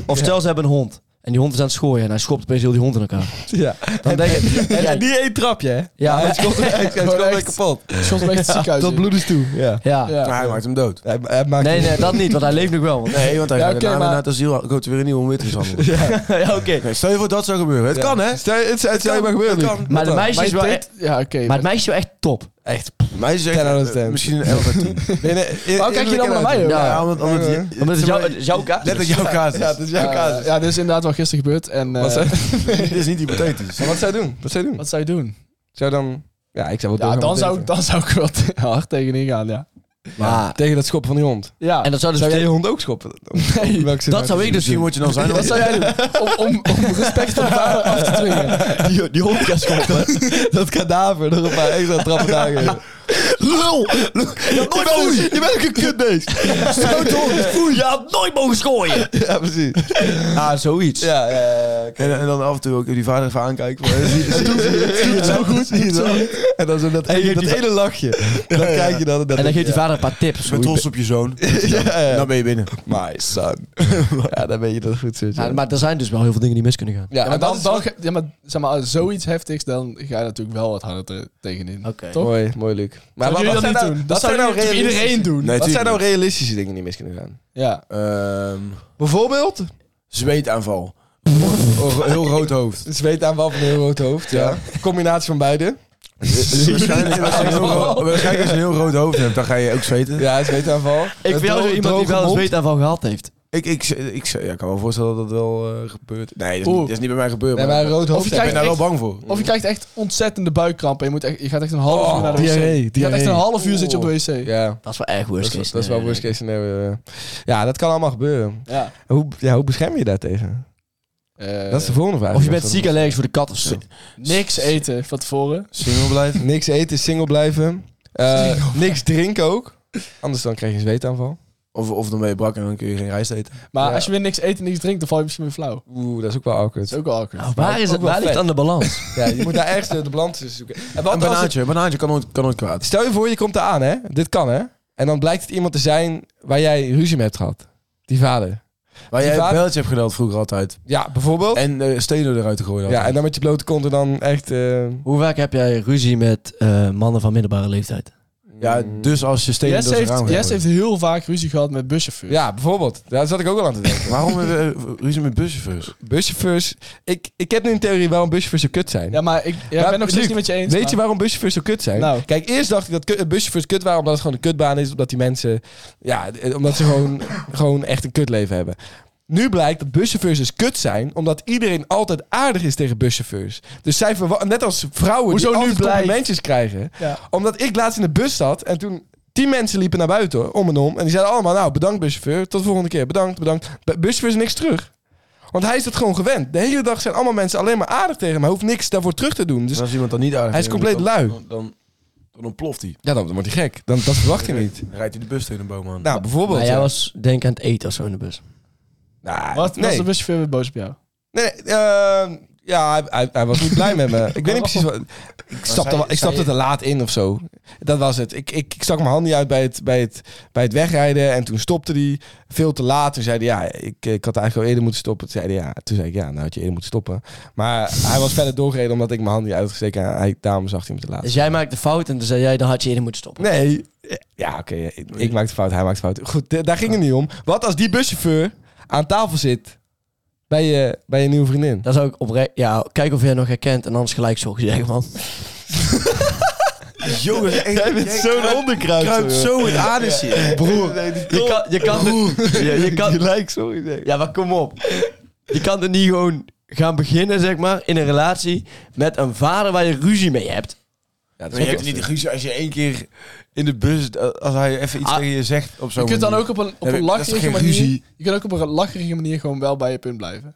Speaker 5: Of stel ze hebben een hond. En die hond is aan het schooien en hij schopt opeens heel die hond in elkaar.
Speaker 3: Ja.
Speaker 5: Dan denk (laughs) ik,
Speaker 3: En
Speaker 5: ja,
Speaker 3: niet één trapje, hè?
Speaker 5: ja,
Speaker 3: Hij
Speaker 5: maar-
Speaker 3: schopt hem hij schopt hem kapot.
Speaker 6: (laughs) Schot hem echt ziek uit.
Speaker 3: Tot
Speaker 6: joh.
Speaker 3: bloed is toe. Ja.
Speaker 5: (laughs) ja.
Speaker 6: Ja.
Speaker 4: Maar hij maakt hem dood.
Speaker 3: Hij, hij maakt
Speaker 5: Nee, nee, dat niet, want hij leeft nog wel. want-
Speaker 4: Nee, want hij
Speaker 6: Ja,
Speaker 4: gaat
Speaker 6: oké,
Speaker 4: daarna
Speaker 6: maar-
Speaker 4: naar het asiel. Komt er weer een nieuwe om weer te mishandelen.
Speaker 5: (laughs)
Speaker 4: (laughs)
Speaker 5: ja, oké.
Speaker 4: Oké, Stel je voor dat zou gebeuren. Het
Speaker 3: Ja.
Speaker 4: kan, hè?
Speaker 3: Stel, het, het zou je maar gebeuren.
Speaker 4: Het kan.
Speaker 3: Luc.
Speaker 5: Maar de meisje is wel
Speaker 6: Mijn
Speaker 5: echt,
Speaker 6: tit- Ja, oké.
Speaker 5: maar
Speaker 6: maar-
Speaker 5: het meisje is wel echt top.
Speaker 3: Echt.
Speaker 4: Mij zegt
Speaker 3: 10 out of
Speaker 4: eh,
Speaker 3: 10.
Speaker 4: misschien een
Speaker 3: (laughs)
Speaker 4: 11 uit 10.
Speaker 3: Binnen,
Speaker 6: Waarom kijk je dan naar mij, joh?
Speaker 5: Ja.
Speaker 4: Ja, omdat, omdat,
Speaker 3: Ja,
Speaker 4: je-
Speaker 5: Omdat het jou, het is jouw kaart.
Speaker 4: letterlijk jouw kaart is.
Speaker 3: Ja, dat is jouw
Speaker 6: Ja,
Speaker 3: casus.
Speaker 6: ja, dit is inderdaad wat gisteren gebeurd. En eh,
Speaker 3: Wat zou,
Speaker 4: (laughs) Dit is niet hypothetisch.
Speaker 3: maar wat zou je doen? Wat zou je doen?
Speaker 6: wat zou je doen?
Speaker 3: Zou je dan... Ja, ik zou wel
Speaker 6: Ja,
Speaker 3: doorgaan
Speaker 6: dan
Speaker 3: met
Speaker 6: zou,
Speaker 3: daten.
Speaker 6: dan zou ik wel te- hard tegenin gaan, ja.
Speaker 5: Maar,
Speaker 3: Tegen dat schoppen van die hond.
Speaker 6: Ja,
Speaker 5: en dat zou dus
Speaker 3: Zou jij je
Speaker 5: betekenen-
Speaker 3: hond ook schoppen? (laughs)
Speaker 6: nee.
Speaker 3: Welk zin
Speaker 5: dat
Speaker 3: maakt
Speaker 5: zou ik dus
Speaker 4: Misschien
Speaker 5: doen.
Speaker 4: moet je
Speaker 3: (laughs)
Speaker 4: dan zijn.
Speaker 6: Wat zou jij doen? Om, om, om respect op vader af te dwingen.
Speaker 5: (laughs) Die, die hond gaat schoppen.
Speaker 3: het? Dat kadaver nog een paar extra trappen eh. dagen.
Speaker 5: Lul! Je bent nooit, je bent ook een kutbeest. Stoot Je had nooit mogen schooien.
Speaker 3: Ja, precies.
Speaker 5: Ah, zoiets.
Speaker 3: Ja, ja, ja. oké.
Speaker 4: En, en dan af en toe ook die vader even aankijken. van, eh, (laughs) zie- zie- zie-
Speaker 3: Zie je zo goed? Zie je zo goed? En dan zo dat,
Speaker 5: En je
Speaker 3: dat
Speaker 5: die-
Speaker 3: ene lachje.
Speaker 5: (laughs)
Speaker 3: Dat kijk je dan. Dat
Speaker 5: En dan geeft die vader een paar tips.
Speaker 4: Ik ben trots op je
Speaker 3: (laughs)
Speaker 4: zoon. En Dan ben je binnen.
Speaker 3: My son. (laughs) Ja, dan ben je dat goed, zus.
Speaker 5: Ja, maar er zijn dus wel heel veel dingen die mis kunnen gaan.
Speaker 3: Ja,
Speaker 6: Ja, maar, dan, dan, ge- ja, maar, zeg maar als zoiets heftigs, dan ga je natuurlijk wel wat harder te- tegenin.
Speaker 5: Oké.
Speaker 6: Toch?
Speaker 3: Mooi, mooi, Luc. Maar
Speaker 6: Maar
Speaker 3: wat,
Speaker 6: jullie
Speaker 3: wat zijn
Speaker 6: dat niet
Speaker 3: nou,
Speaker 6: doen?
Speaker 3: wat
Speaker 6: Dat
Speaker 3: zijn
Speaker 6: zou
Speaker 3: nou
Speaker 6: nou iedereen
Speaker 3: realistische-
Speaker 6: doen. nou-
Speaker 4: Nee,
Speaker 3: Wat zijn nou
Speaker 4: tuurlijk.
Speaker 3: realistische dingen die mis kunnen gaan?
Speaker 6: Ja.
Speaker 4: Ehm,
Speaker 3: Bijvoorbeeld?
Speaker 4: zweetaanval. Oh, heel rood
Speaker 3: (laughs)
Speaker 4: hoofd.
Speaker 3: Een zweetaanval van een heel rood hoofd, ja. Combinatie van beide.
Speaker 4: Waarschijnlijk als je een heel ro- waarschijnlijk als je een heel rood hoofd hebt, dan ga je ook zweten.
Speaker 3: Ja, een zweetaanval.
Speaker 5: Ik
Speaker 3: Een
Speaker 5: vind jou zo
Speaker 3: dro-
Speaker 5: iemand die
Speaker 3: droge
Speaker 5: wel eens
Speaker 3: mond.
Speaker 5: zweetaanval gehad heeft.
Speaker 4: Ik, ik, ik, ja, ik kan me voorstellen dat dat wel eh, gebeurt. Nee, dat is,
Speaker 6: Oeh.
Speaker 4: niet, dat is niet bij mij gebeurd.
Speaker 3: Nee,
Speaker 4: maar
Speaker 3: maar een rood
Speaker 6: Of
Speaker 3: hoofd.
Speaker 6: je
Speaker 4: ik ben
Speaker 6: krijgt
Speaker 4: daar wel
Speaker 6: echt-
Speaker 4: bang voor.
Speaker 6: Of je krijgt echt ontzettende buikkrampen. Je, moet echt, je gaat echt een half uur naar de wc.
Speaker 3: diarree,
Speaker 6: Je gaat echt
Speaker 3: diarree.
Speaker 6: een half uur zit je op de wc.
Speaker 3: Ja,
Speaker 5: Dat is wel erg
Speaker 3: dat
Speaker 5: worst
Speaker 3: is,
Speaker 5: case.
Speaker 3: dat is wel worst case scenario. ja. Ja, dat kan allemaal gebeuren.
Speaker 6: Ja.
Speaker 3: Hoe, ja, hoe bescherm je je daartegen?
Speaker 6: Eh,
Speaker 3: dat is de volgende vraag.
Speaker 5: Of je bent ziek allergisch voor de kat of zo.
Speaker 6: Niks eten van tevoren.
Speaker 4: Single blijven.
Speaker 3: Niks eten, single blijven.
Speaker 4: (laughs)
Speaker 3: Eh, niks drinken ook. Anders dan krijg je een zweetaanval.
Speaker 4: Of, of dan ben je brak en dan kun je geen rijst eten.
Speaker 6: Maar
Speaker 3: Ja.
Speaker 6: als je weer niks eet en niks drinkt, dan val je misschien weer flauw.
Speaker 3: Oeh, dat is ook wel awkward.
Speaker 6: Dat is ook wel awkward.
Speaker 5: Nou, waar is het, waar ligt dan de balans?
Speaker 3: Ja, je moet daar ergens de, de balans tussen zoeken. En wat
Speaker 4: een
Speaker 3: als het-
Speaker 4: banaantje. Een banaantje kan nooit, kan nooit kwaad.
Speaker 3: stel je voor, je komt eraan, hè? Dit kan, hè? En dan blijkt het iemand te zijn waar jij ruzie mee hebt gehad. Die vader. Die
Speaker 4: Waar jij een
Speaker 3: vader-
Speaker 4: pijltje hebt gedeld vroeger altijd.
Speaker 3: Ja, bijvoorbeeld.
Speaker 4: En eh stenen eruit te gooien.
Speaker 3: ja, en dan met je blote kont en dan echt... eh,
Speaker 5: (laughs) Hoe vaak heb jij ruzie met eh, mannen van middelbare leeftijd?
Speaker 4: ja, dus als je stenen
Speaker 6: Jess
Speaker 4: door zijn
Speaker 6: heeft,
Speaker 4: raam
Speaker 6: Jess
Speaker 4: gooit.
Speaker 6: heeft heel vaak ruzie gehad met buschauffeurs.
Speaker 3: Ja, bijvoorbeeld. Daar zat ik ook al aan te denken.
Speaker 4: Waarom hebben we eh, ruzie met buschauffeurs?
Speaker 3: Buschauffeurs... Ik, ik heb nu een theorie waarom buschauffeurs zo kut zijn.
Speaker 6: Ja, maar ik ja,
Speaker 3: Maar
Speaker 6: ik ben nog steeds
Speaker 3: Luc,
Speaker 6: niet met je eens.
Speaker 3: Weet je
Speaker 6: maar-
Speaker 3: waarom buschauffeurs zo kut zijn?
Speaker 6: Nou.
Speaker 3: Kijk, eerst dacht ik dat kut- buschauffeurs kut waren omdat het gewoon een kutbaan is. Omdat die mensen... Ja, eh, omdat ze
Speaker 6: (laughs)
Speaker 3: gewoon, gewoon echt een kutleven hebben. Nu blijkt dat buschauffeurs dus kut zijn, omdat iedereen altijd aardig is tegen buschauffeurs. Dus zij verwa- net als vrouwen
Speaker 6: Hoezo
Speaker 3: die
Speaker 6: nu
Speaker 3: altijd
Speaker 6: blijkt?
Speaker 3: complimentjes krijgen.
Speaker 6: Ja.
Speaker 3: Omdat ik laatst in de bus zat en toen tien mensen liepen naar buiten hoor, om en om. En die zeiden allemaal, nou bedankt buschauffeur, tot de volgende keer, bedankt, bedankt. B- buschauffeur is niks terug. Want hij is dat gewoon gewend. De hele dag zijn allemaal mensen alleen maar aardig tegen hem. Hij hoeft niks daarvoor terug te doen. Dus
Speaker 4: En als iemand dan niet aardig
Speaker 3: Hij is
Speaker 4: vindt,
Speaker 3: compleet
Speaker 4: dan-
Speaker 3: lui.
Speaker 4: Dan, dan, dan ontploft hij.
Speaker 3: ja, dan, dan wordt hij gek. Dan, dat verwacht hij
Speaker 4: (laughs)
Speaker 3: niet.
Speaker 4: Dan rijdt hij de bus tegen een boom aan.
Speaker 3: Nou, bijvoorbeeld.
Speaker 5: Maar jij
Speaker 3: ja.
Speaker 5: was denk ik aan het eten of zo in de bus.
Speaker 3: Nou,
Speaker 6: Wat was
Speaker 3: nee.
Speaker 6: de buschauffeur weer boos op jou?
Speaker 3: Nee, ehm, ja, hij, hij, hij was niet blij met me. Ik weet niet precies wat. Ik stapte,
Speaker 4: zij-
Speaker 3: wel- ik stapte
Speaker 4: zij-
Speaker 3: te laat in of zo. Dat was het. Ik, ik, ik stak mijn hand niet uit bij het, bij, het, bij het wegrijden. En toen stopte hij veel te laat. Toen zei hij, ja, ik, ik had eigenlijk al eerder moeten stoppen. Toen zei, hij, ja. toen zei ik, ja, nou had je eerder moeten stoppen. Maar hij was verder doorgereden omdat ik mijn hand niet uitgesteken. En hij, daarom zag hij me te laat.
Speaker 5: Dus jij maakt de fout en toen zei jij, dan had je eerder moeten stoppen.
Speaker 3: Nee. Ja, oké. ik, ik maak de fout, hij maakt de fout. Goed, d- daar ging het niet om. Wat als die buschauffeur aan tafel zit bij je, bij je nieuwe vriendin?
Speaker 5: Dat zou ik oprecht... Ja, kijk of jij nog herkent en anders gelijk zorgen zeggen, man.
Speaker 4: jongens, echt, jij bent
Speaker 3: onderkruid.
Speaker 4: kruipt zo in anus hier.
Speaker 3: Broer,
Speaker 5: Je kan... Je kan, (laughs) ja, je kan
Speaker 3: gelijk, sorry. Nee.
Speaker 5: ja, maar kom op. Je kan er niet gewoon gaan beginnen, zeg maar, in een relatie met een vader waar je ruzie mee hebt.
Speaker 3: Ja,
Speaker 4: Maar je hebt niet de ruzie als je één keer in de bus, eh, als hij even iets
Speaker 5: Ah,
Speaker 4: tegen je zegt op zo'n
Speaker 6: Je kunt dan
Speaker 4: manier.
Speaker 6: ook op een, op
Speaker 4: Nee,
Speaker 6: een
Speaker 4: dat is
Speaker 6: lacherige
Speaker 4: geen
Speaker 6: manier...
Speaker 4: ruzie.
Speaker 6: Je kunt ook op een lacherige
Speaker 4: Hmm.
Speaker 6: manier gewoon wel bij je punt blijven.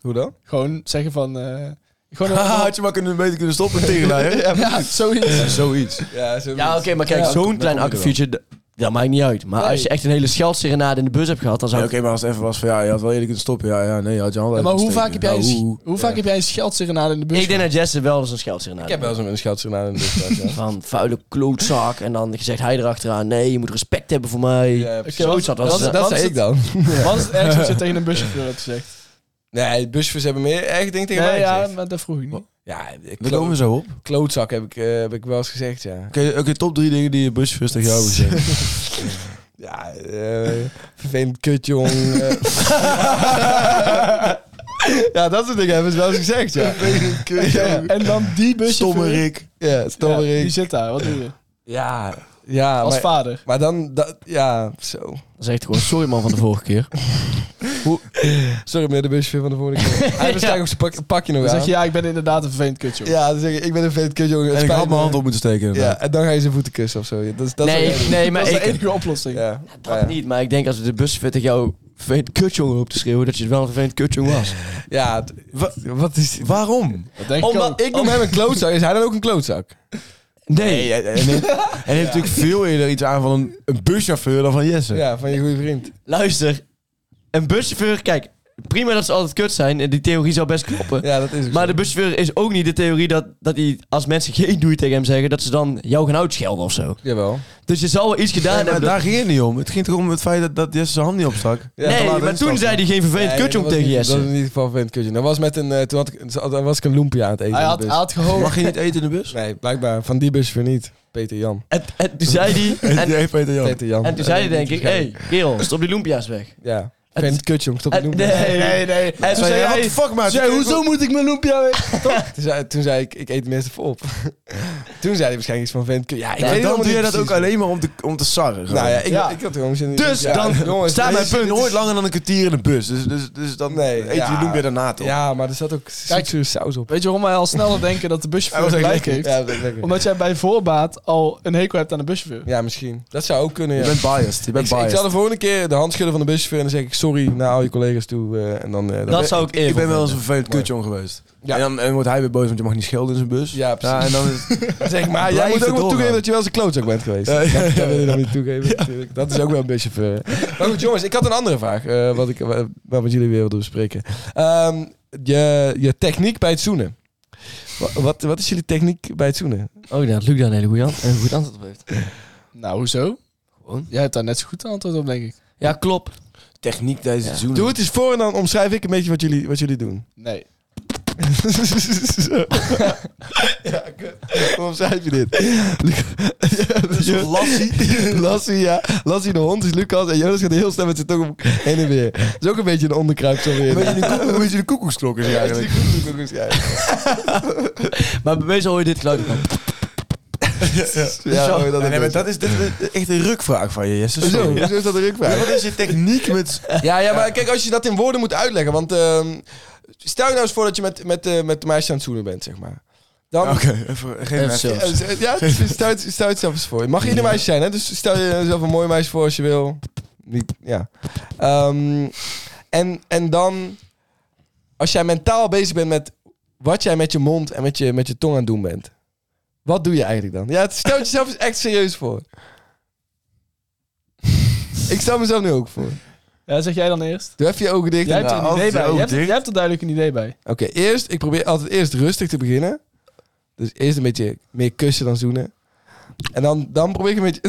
Speaker 3: Hoe dan?
Speaker 6: Gewoon zeggen van... eh,
Speaker 4: (laughs)
Speaker 6: Gewoon een-
Speaker 4: Haha, had je maar kunnen, beter kunnen stoppen tegen mij, hè?
Speaker 6: (laughs) ja, zoiets.
Speaker 4: Zoiets.
Speaker 3: Ja, zo
Speaker 5: Ja, oké, maar kijk,
Speaker 4: Ja,
Speaker 5: zo'n
Speaker 4: dan
Speaker 5: klein
Speaker 4: kom je er wel.
Speaker 5: akkefietje, d- dat maakt niet uit. Maar als je echt een hele scheldserenade in de bus hebt gehad, dan
Speaker 4: Ja,
Speaker 5: zou
Speaker 4: Oké,
Speaker 5: ik...
Speaker 4: maar als het even was van ja, je had wel eerder kunnen stoppen. Ja, ja nee, je had je handen
Speaker 6: Maar
Speaker 4: even
Speaker 6: hoe vaak heb
Speaker 4: steken.
Speaker 6: jij een,
Speaker 4: Nou, hoe-
Speaker 6: hoe vaak heb jij een scheldserenade in de bus?
Speaker 5: Ik denk dat Jesse wel eens een scheldserenade
Speaker 3: Ik heb wel eens een scheldsenaar in de bus gehad, dus ja.
Speaker 5: Van vuile klootzak en dan zegt hij erachteraan, nee, je moet respect hebben voor mij.
Speaker 3: Ja, precies.
Speaker 5: Zoiets had was,
Speaker 3: Dat, dat,
Speaker 5: eh,
Speaker 6: wat is
Speaker 3: zei
Speaker 6: het?
Speaker 3: ik dan.
Speaker 6: (laughs) Wat is het ergste
Speaker 3: (laughs)
Speaker 6: wat je tegen een buschauffeur hebt gezegd?
Speaker 3: Nee, busjes hebben meer echt ding tegen
Speaker 6: Nee,
Speaker 3: mij
Speaker 6: ja,
Speaker 3: gezegd.
Speaker 6: maar dat vroeg ik niet.
Speaker 3: Ja, ik
Speaker 4: We komen zo op. Oké,
Speaker 3: klootzak heb ik, eh, heb ik wel eens gezegd, ja.
Speaker 4: oké, top drie dingen die je busjes tegen
Speaker 6: (laughs)
Speaker 3: (laughs)
Speaker 4: jou hebben gezegd.
Speaker 3: Ja, eh vervelend kutjong. eh. (laughs) ja, dat soort dingen hebben ze wel eens gezegd, (laughs) ja. Vervelend kutjong.
Speaker 6: En dan die buschauffeur.
Speaker 4: Stomme Rick.
Speaker 3: Ja,
Speaker 6: Ja,
Speaker 3: stomme
Speaker 6: die
Speaker 3: ik.
Speaker 6: zit daar, wat doe je?
Speaker 3: Ja, ja
Speaker 6: Als
Speaker 3: maar,
Speaker 6: vader.
Speaker 3: maar dan, dat, ja, zo.
Speaker 5: Dan zegt hij gewoon, sorry man van de vorige keer.
Speaker 3: Sorry meneer de busje van de vorige (laughs) keer. Hij was op zijn pak, pakje nog
Speaker 6: Dan zeg
Speaker 3: aan.
Speaker 6: je, ja, ik ben inderdaad een vervelend kutje.
Speaker 3: Ja, dan zeg je, ik ben een vervelend kutjong. het
Speaker 4: En ik
Speaker 3: spijt
Speaker 4: had
Speaker 3: me.
Speaker 4: mijn hand op moeten steken.
Speaker 3: Ja,
Speaker 4: Ja.
Speaker 3: en dan ga je zijn voeten kussen of zo. Ja, Dat, is- dat is
Speaker 5: nee,
Speaker 3: wat jij
Speaker 5: nee,
Speaker 6: dat
Speaker 5: maar
Speaker 6: is de
Speaker 5: ik...
Speaker 6: enige
Speaker 3: doet.
Speaker 6: oplossing.
Speaker 3: Ja,
Speaker 5: Dat
Speaker 3: ja.
Speaker 5: niet, maar ik denk als we de busfit tegen jou vervelend kutjongen op te schreeuwen, dat je wel een vervelend kutjongen was.
Speaker 3: Ja, het-
Speaker 4: Wa- wat is Waarom?
Speaker 6: Dat denk ik ook.
Speaker 3: omdat ik noem hem een klootzak, is hij dan ook een klootzak?
Speaker 4: Nee. En hij neemt, hij neemt natuurlijk veel eerder iets aan van een, een buschauffeur dan van Jesse.
Speaker 3: Ja, van je goede vriend.
Speaker 5: Luister, een buschauffeur, kijk, prima dat ze altijd kut zijn, en die theorie zou best kloppen.
Speaker 3: Ja, dat is ook
Speaker 5: Maar
Speaker 3: zo.
Speaker 5: de buschauffeur is ook niet de theorie dat, dat hij, als mensen geen doei tegen hem zeggen, dat ze dan jou gaan uitschelden of zo.
Speaker 3: Jawel.
Speaker 5: Dus je zou wel iets gedaan
Speaker 4: Nee, maar
Speaker 5: hebben. dat-
Speaker 4: daar ging het niet om. Het ging toch om het feit dat, dat Jesse zijn hand niet opstak.
Speaker 3: Ja,
Speaker 5: nee,
Speaker 3: te laat
Speaker 5: maar toen
Speaker 3: instappen.
Speaker 5: zei hij geen vervelend
Speaker 3: Nee,
Speaker 5: kutje om
Speaker 3: dat was
Speaker 5: tegen
Speaker 3: niet- Dat was
Speaker 5: Jesse.
Speaker 3: in ieder geval een vervelend kutje. Dat was met een, eh, toen had ik, dan was ik een loempia aan het eten.
Speaker 6: Hij
Speaker 3: in de
Speaker 6: had, hij
Speaker 3: bus.
Speaker 6: had gehoord.
Speaker 4: Mag je niet eten in de bus?
Speaker 3: Nee, blijkbaar. Van die bus weer niet. Peter Jan.
Speaker 5: En, en toen zei
Speaker 3: (laughs)
Speaker 5: hij, en,
Speaker 4: Nee, Peter Jan.
Speaker 3: Peter Jan.
Speaker 5: Oh. en toen zei hij denk ik, hé, hey, kerel, stop die loempia's weg.
Speaker 3: Ja. Vervelend kutje om stop te
Speaker 5: En-
Speaker 3: doen.
Speaker 5: Eh, nee, nee. En toen
Speaker 4: Zei
Speaker 5: zei
Speaker 4: hij, what
Speaker 5: hij,
Speaker 4: the fuck, maat?
Speaker 3: Zei, hoezo moet ik mijn loempia weg? (laughs) toen, zei, toen zei ik, ik eet mensen even op. (laughs) toen zei hij waarschijnlijk iets van vervelend kutje. Ja, ik
Speaker 4: Maar
Speaker 3: weet
Speaker 4: dan
Speaker 3: helemaal
Speaker 4: doe jij
Speaker 3: niet
Speaker 4: dat ook
Speaker 3: precies.
Speaker 4: alleen maar om te, om te sarren. gewoon.
Speaker 3: Nou ja, ik,
Speaker 6: Ja.
Speaker 3: ik had gewoon zin in.
Speaker 5: Dus
Speaker 3: Ja,
Speaker 5: dan
Speaker 3: (laughs) jongens,
Speaker 5: staat mijn
Speaker 3: deze-
Speaker 4: punt nooit langer dan een kwartier in de bus. Dus, dus, dus dan
Speaker 3: Nee,
Speaker 4: eet
Speaker 3: ja.
Speaker 4: je loempia daarna toch?
Speaker 3: Ja, maar er zat ook zoetzure saus op.
Speaker 6: Weet je waarom wij al sneller denken dat de buschauffeur gelijk heeft?
Speaker 3: Ja, dat is lekker.
Speaker 6: Omdat jij bij voorbaat al een hekel hebt aan de buschauffeur.
Speaker 3: Ja, misschien. Dat zou ook kunnen,
Speaker 4: Je
Speaker 3: ja.
Speaker 4: bent biased. Je
Speaker 3: Ik,
Speaker 4: bent
Speaker 3: ik zal
Speaker 4: biased.
Speaker 3: de volgende keer de hand schudden van de buschauffeur en dan zeg ik sorry naar al je collega's toe. eh, en dan, eh, dan
Speaker 5: dat zou ik eerlijk
Speaker 4: Ik ben wel eens een
Speaker 5: vinden.
Speaker 4: vervelend
Speaker 3: Mooi.
Speaker 4: kutjong geweest.
Speaker 3: Ja.
Speaker 4: En, dan, en wordt hij weer boos, want je mag niet schelden in zijn bus.
Speaker 3: Ja, precies.
Speaker 4: en dan
Speaker 3: (laughs)
Speaker 4: is
Speaker 3: Dan zeg ik, maar jij moet
Speaker 4: Blijf
Speaker 3: ook wel
Speaker 4: doorgaan.
Speaker 3: toegeven dat je wel eens een klootzak bent geweest.
Speaker 4: Ja, ja,
Speaker 3: Dat, dat
Speaker 4: ja.
Speaker 3: wil je dan niet toegeven natuurlijk. Dat is ook wel een beetje ver. Maar goed jongens, ik had een andere vraag. eh, wat ik wat wat met jullie weer wilde bespreken. Ehm, je, je techniek bij het zoenen. Wat, wat, wat is jullie techniek bij het zoenen?
Speaker 5: Oh, ja, dat Luc daar een hele goede an- een goed antwoord op heeft.
Speaker 6: Nou, hoezo?
Speaker 5: Gewoon.
Speaker 6: Jij hebt daar net zo goed een antwoord op, denk ik.
Speaker 5: Ja, klopt.
Speaker 4: techniek tijdens het zoenen.
Speaker 3: Doe het eens voor en dan omschrijf ik een beetje wat jullie, wat jullie doen.
Speaker 6: Nee.
Speaker 3: (laughs) ja, kut. Waarom schrijf je (laughs) dit? Luc-
Speaker 4: Lassie.
Speaker 3: (laughs) Lassie, ja. Lassie de hond is Lucas en Jonas gaat heel snel met zijn tong om- heen en weer. Dat is ook een beetje een onderkruip zo weer.
Speaker 4: Weet je de koek- Weet je de koekoeksklok is
Speaker 3: dus Ja,
Speaker 4: eigenlijk? (laughs)
Speaker 5: Maar bij wezen hoor je dit geluid ook nog.
Speaker 3: (laughs) Ja, hoor je dat
Speaker 4: Nee, nee,
Speaker 3: ook
Speaker 4: maar
Speaker 3: wel.
Speaker 4: dat is, dit is echt een rukvraag van je, Jesse.
Speaker 3: Hoezo?
Speaker 4: Sorry.
Speaker 3: Hoezo is dat een rukvraag?
Speaker 4: Ja, wat is je techniek met...
Speaker 3: Ja, ja, maar kijk, als je dat in woorden moet uitleggen, want ehm, stel je nou eens voor dat je met, met, eh, met de meisje aan het zoenen bent, zeg maar. Dan,
Speaker 4: Oké, even... Geen
Speaker 5: Even zo.
Speaker 3: Ja, z- ja, dus stel, het- stel het zelf eens voor. Je mag ieder meisje zijn, hè? dus stel jezelf een mooi meisje voor als je wil. Niet, ja. Ehm, en, en dan, als jij mentaal bezig bent met wat jij met je mond en met je, met je tong aan het doen bent. Wat doe je eigenlijk dan? Ja, het- stel het jezelf eens echt serieus voor. Ik stel mezelf nu ook voor.
Speaker 6: Ja, zeg jij dan eerst?
Speaker 3: Doe even je ogen dicht.
Speaker 6: Jij
Speaker 3: en-
Speaker 6: hebt er
Speaker 4: Nou,
Speaker 6: een idee
Speaker 4: altijd
Speaker 6: bij.
Speaker 4: ook
Speaker 6: Jij hebt,
Speaker 4: dicht.
Speaker 6: jij hebt er duidelijk een idee bij.
Speaker 3: Oké, eerst, ik probeer altijd eerst rustig te beginnen. Dus eerst een beetje meer kussen dan zoenen. En dan, dan probeer ik een beetje... (laughs)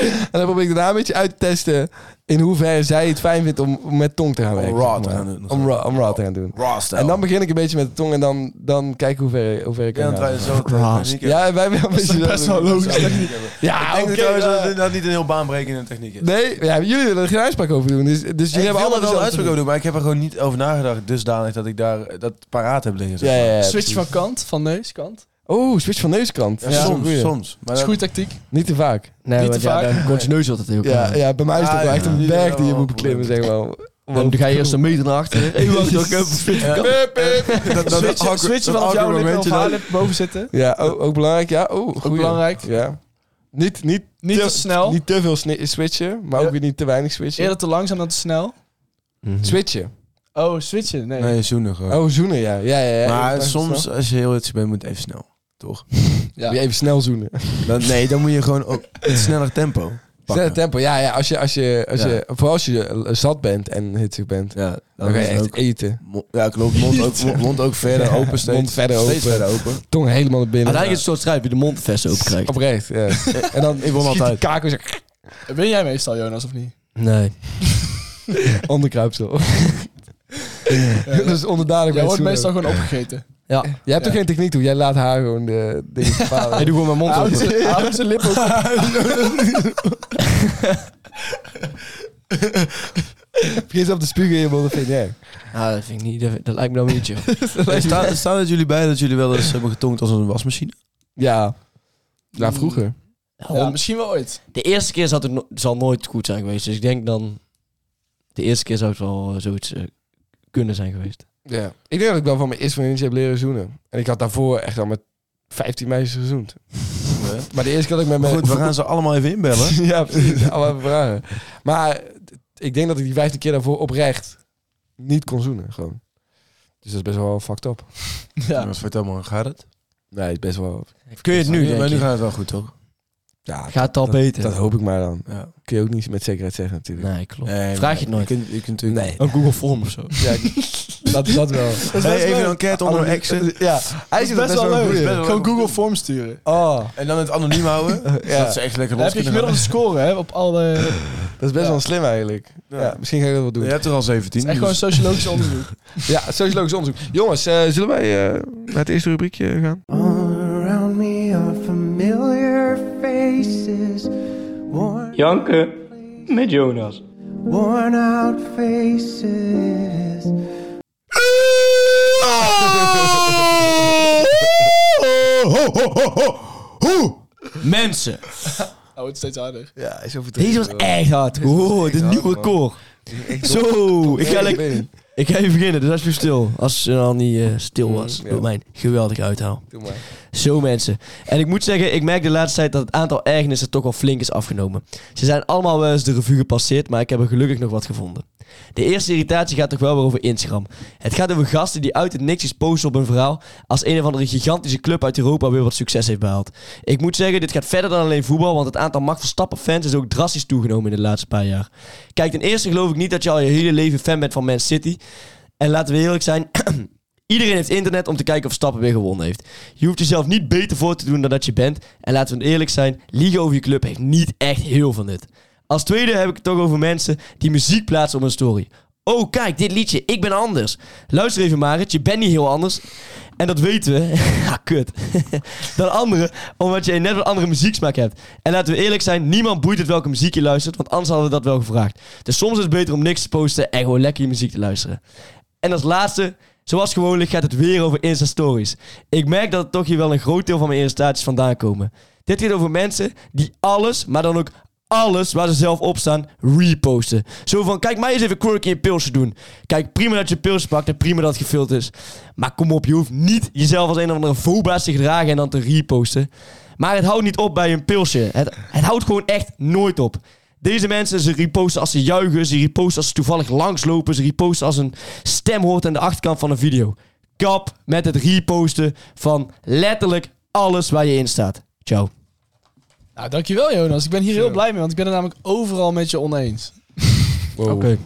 Speaker 3: en dan probeer ik daarna een beetje uit te testen in hoeverre zij het fijn vindt om om met tong te gaan
Speaker 4: Om
Speaker 3: werken.
Speaker 4: raw te
Speaker 3: zeg maar.
Speaker 4: gaan doen.
Speaker 3: Om raw, om raw te gaan doen. En dan begin ik een beetje met de tong en dan, dan kijk hoe ver, hoe ver ik
Speaker 4: Ja,
Speaker 3: kan
Speaker 4: want wij
Speaker 3: gaan.
Speaker 4: zo
Speaker 5: Raast.
Speaker 4: techniek hebben.
Speaker 3: Ja, wij hebben een beetje...
Speaker 6: best wel logisch.
Speaker 4: Ja, ik denk
Speaker 3: Ah, oké,
Speaker 4: trouwens
Speaker 3: ja.
Speaker 4: dat het dat niet een heel baanbrekende techniek is.
Speaker 3: Nee, ja, jullie willen er geen uitspraak over doen. Dus, dus jullie
Speaker 4: ik
Speaker 3: hebben
Speaker 4: wil
Speaker 3: allemaal
Speaker 4: er wel een
Speaker 3: dezelfde
Speaker 4: uitspraak
Speaker 3: techniek.
Speaker 4: over doen, maar ik heb er gewoon niet over nagedacht dusdanig dat ik daar dat paraat heb liggen. zeg
Speaker 3: Ja,
Speaker 4: maar.
Speaker 3: ja, ja,
Speaker 6: Switch van
Speaker 3: precies.
Speaker 6: kant, van neuskant.
Speaker 3: Oh, switch van neuskant.
Speaker 4: Ja,
Speaker 3: Dat is een
Speaker 4: soms,
Speaker 3: goeie.
Speaker 4: soms. Maar
Speaker 6: Dat is
Speaker 4: dat-
Speaker 6: goede tactiek.
Speaker 3: Niet te vaak.
Speaker 5: Nee,
Speaker 6: Niet
Speaker 5: want
Speaker 6: te
Speaker 5: ja,
Speaker 6: vaak.
Speaker 5: dan komt je neus altijd heel
Speaker 3: Ja,
Speaker 5: klein.
Speaker 3: ja, bij mij is het
Speaker 4: Ja,
Speaker 3: wel echt een
Speaker 4: ja.
Speaker 3: berg die je moet beklimmen, zeg maar.
Speaker 5: Dan ga je eerst een meter naar achteren. Hey, wacht, ik heb
Speaker 3: (laughs)
Speaker 4: Ja. Dat- dat- dat
Speaker 6: Switchen,
Speaker 4: awkward-
Speaker 6: switchen
Speaker 4: dat
Speaker 6: vanaf jouw
Speaker 4: awkward
Speaker 6: lip of
Speaker 4: momentje
Speaker 6: haar
Speaker 4: dat-
Speaker 6: lip boven zitten.
Speaker 3: Ja, ook, ook belangrijk. Ja, oh, goeie.
Speaker 6: belangrijk.
Speaker 3: Ja. Niet, niet,
Speaker 6: Niet te snel.
Speaker 3: Niet te veel sni- switchen, maar
Speaker 6: Ja.
Speaker 3: ook weer niet te weinig switchen.
Speaker 6: Eerder te langzaam dan te snel.
Speaker 3: Switchen.
Speaker 6: Oh, switchen? Nee.
Speaker 4: Nee, zoenen gewoon.
Speaker 3: Oh, zoenen, ja. ja, ja, ja. Even
Speaker 4: maar
Speaker 3: even
Speaker 4: soms,
Speaker 3: snel.
Speaker 4: als je heel iets bent, moet even snel. Toch?
Speaker 3: Moet je Even snel zoenen.
Speaker 4: Dan, nee, dan moet je gewoon ook een sneller tempo pakken.
Speaker 3: Snelle tempo, ja, ja. Als je, als je, als
Speaker 4: Ja.
Speaker 3: je, vooral als je eh, zat bent en hitsig bent,
Speaker 4: Ja, dan,
Speaker 3: dan ga je
Speaker 4: is het
Speaker 3: echt
Speaker 4: ook-
Speaker 3: eten.
Speaker 4: mo- Ja, klopt. Mond ook, mo- mond ook verder
Speaker 3: (laughs) Ja,
Speaker 4: open steeds.
Speaker 3: mond verder
Speaker 4: Steeds
Speaker 3: open.
Speaker 4: verder open.
Speaker 3: Tong helemaal naar binnen.
Speaker 5: Uiteindelijk is het een soort strijd wie de mondvest open krijgt.
Speaker 3: Oprecht, ja. (laughs)
Speaker 4: (laughs)
Speaker 3: en dan ik
Speaker 4: won altijd.
Speaker 3: kakels
Speaker 6: Ben jij meestal, Jonas, of
Speaker 3: (laughs)
Speaker 6: niet?
Speaker 5: Nee.
Speaker 3: onderkruipsel. (laughs) dat is onderdanig bij
Speaker 6: Jij
Speaker 3: het
Speaker 6: wordt
Speaker 3: zoenen.
Speaker 6: meestal gewoon opgegeten.
Speaker 5: Ja.
Speaker 3: Jij hebt
Speaker 6: Ja.
Speaker 3: toch geen techniek toe? Jij laat haar gewoon de dingen bepalen.
Speaker 5: Hij doet gewoon mijn mond
Speaker 6: Houd
Speaker 5: open.
Speaker 6: ze- houd zijn lippen op.
Speaker 3: Begin ze op de spugen in je mond, dat vind jij.
Speaker 5: Ah, dat vind ik niet. Dat, dat lijkt me dan weer niet, joh.
Speaker 4: Hey, staan, staan het jullie bij dat jullie wel eens hebben getongd als een wasmachine?
Speaker 3: Ja. Ja, vroeger.
Speaker 6: Ja, misschien wel ooit.
Speaker 5: De eerste keer zat het no- zal nooit goed zijn geweest. Dus ik denk dan... De eerste keer zou het wel eh, zoiets eh, kunnen zijn geweest.
Speaker 3: Ja. Ik denk dat ik wel van mijn eerste vriendinnetje heb leren zoenen. En ik had daarvoor echt al met 15 meisjes gezoend. Maar de eerste keer dat ik met
Speaker 4: Maar
Speaker 3: mijn...
Speaker 4: goed,
Speaker 3: (laughs)
Speaker 4: we gaan ze allemaal even inbellen.
Speaker 3: ja, precies. Allemaal vragen. Maar ik denk dat ik die 15 keer daarvoor oprecht niet kon zoenen, gewoon. Dus dat is best wel fucked up.
Speaker 6: Ja.
Speaker 4: Maar Vertel maar, gaat het?
Speaker 3: Nee, het is best wel...
Speaker 5: Kun je het nu,
Speaker 4: maar
Speaker 5: denk
Speaker 4: nu
Speaker 5: je?
Speaker 4: gaat het wel goed, toch?
Speaker 3: Ja,
Speaker 5: Gaat het al beter?
Speaker 3: dat hoop ik maar dan.
Speaker 4: Ja.
Speaker 3: Kun je ook niet met zekerheid zeggen natuurlijk.
Speaker 5: Nee, klopt.
Speaker 4: Nee,
Speaker 5: Vraag
Speaker 4: maar
Speaker 5: je het nooit?
Speaker 4: Je kunt, je kunt natuurlijk... Oh,
Speaker 5: Een Google Form of zo.
Speaker 4: (laughs)
Speaker 3: Ja, dat, dat
Speaker 6: (laughs)
Speaker 3: wel.
Speaker 4: Hey, even een enquête onder een exit.
Speaker 3: Ja, hij
Speaker 6: Dat is best wel leuk. Gewoon Google Forms sturen.
Speaker 3: Oh,
Speaker 4: En dan het anoniem houden.
Speaker 3: (laughs) Ja.
Speaker 4: Dat ze echt lekker
Speaker 6: Dan
Speaker 4: los
Speaker 6: heb je
Speaker 4: kunnen
Speaker 6: gemiddelde score hè, op alle... Het
Speaker 3: dat is best wel slim eigenlijk. Ja. misschien ga ik dat wel
Speaker 4: gaan.
Speaker 3: doen.
Speaker 4: Je
Speaker 3: Ja,
Speaker 4: hebt er al 17.
Speaker 6: is echt gewoon
Speaker 4: dus-
Speaker 6: sociologisch onderzoek.
Speaker 3: sociologisch onderzoek. Jongens, eh, zullen wij eh, naar het eerste rubriekje gaan?
Speaker 5: Ah.
Speaker 7: Janken met Jonas.
Speaker 5: Oh! Mensen!
Speaker 6: Oh, het is steeds harder.
Speaker 3: Ja, is over
Speaker 5: Deze was echt hard. Wow, de nieuwe record. Zo, ik ga lekker... Ik ga even beginnen, dus alsjeblieft stil. Als ze al niet eh, stil was.
Speaker 3: Mm, ja.
Speaker 5: door Mijn geweldig uithaal.
Speaker 3: Doe maar.
Speaker 5: Zo mensen. En ik moet zeggen, ik merk de laatste tijd dat het aantal ergernissen toch wel flink is afgenomen. Ze zijn allemaal wel eens de revue gepasseerd, maar ik heb er gelukkig nog wat gevonden. De eerste irritatie gaat toch wel weer over Instagram. Het gaat over gasten die uit het niks iets posten op hun verhaal als een of andere gigantische club uit Europa weer wat succes heeft behaald. Ik moet zeggen, dit gaat verder dan alleen voetbal, want het aantal Max Verstappen fans is ook drastisch toegenomen in de laatste paar jaar. Kijk, ten eerste geloof ik niet dat je al je hele leven fan bent van Man City. En laten we eerlijk zijn, (clears throat) Iedereen heeft internet om te kijken of Stappen weer gewonnen heeft. Je hoeft jezelf niet beter voor te doen dan dat je bent. En laten we eerlijk zijn, liegen over je club heeft niet echt heel van dit. Als tweede heb ik het toch over mensen die muziek plaatsen op hun story. Oh, kijk, dit liedje. Ik ben anders. Luister even, Marit. Je bent niet heel anders. En dat weten we. (laughs) ah, kut. dan anderen, omdat jij net wat andere muzieksmaak hebt. En laten we eerlijk zijn, niemand boeit het welke muziek je luistert, want anders hadden we dat wel gevraagd. Dus soms is het beter om niks te posten en gewoon lekker je muziek te luisteren. En als laatste, zoals gewoonlijk, gaat het weer over Insta-stories. Ik merk dat er toch hier wel een groot deel van mijn irritaties vandaan komen. Dit gaat over mensen die alles, maar dan ook alles waar ze zelf op staan, reposten. Zo van, kijk mij eens even quirky in je pilsje doen. Kijk, prima dat je pilsje pakt en prima dat het gefilterd is. Maar kom op, je hoeft niet jezelf als een of andere foba's te gedragen en dan te reposten. Maar het houdt niet op bij een pilsje. Het, het houdt gewoon echt nooit op. Deze mensen, ze reposten als ze juichen, ze reposten als ze toevallig langslopen, ze reposten als een stem hoort aan de achterkant van een video. Kap met het reposten van letterlijk alles waar je in staat. Ciao.
Speaker 6: Nou, dankjewel Jonas. Ik ben hier heel blij mee, want ik ben het namelijk overal met je oneens.
Speaker 3: Wow.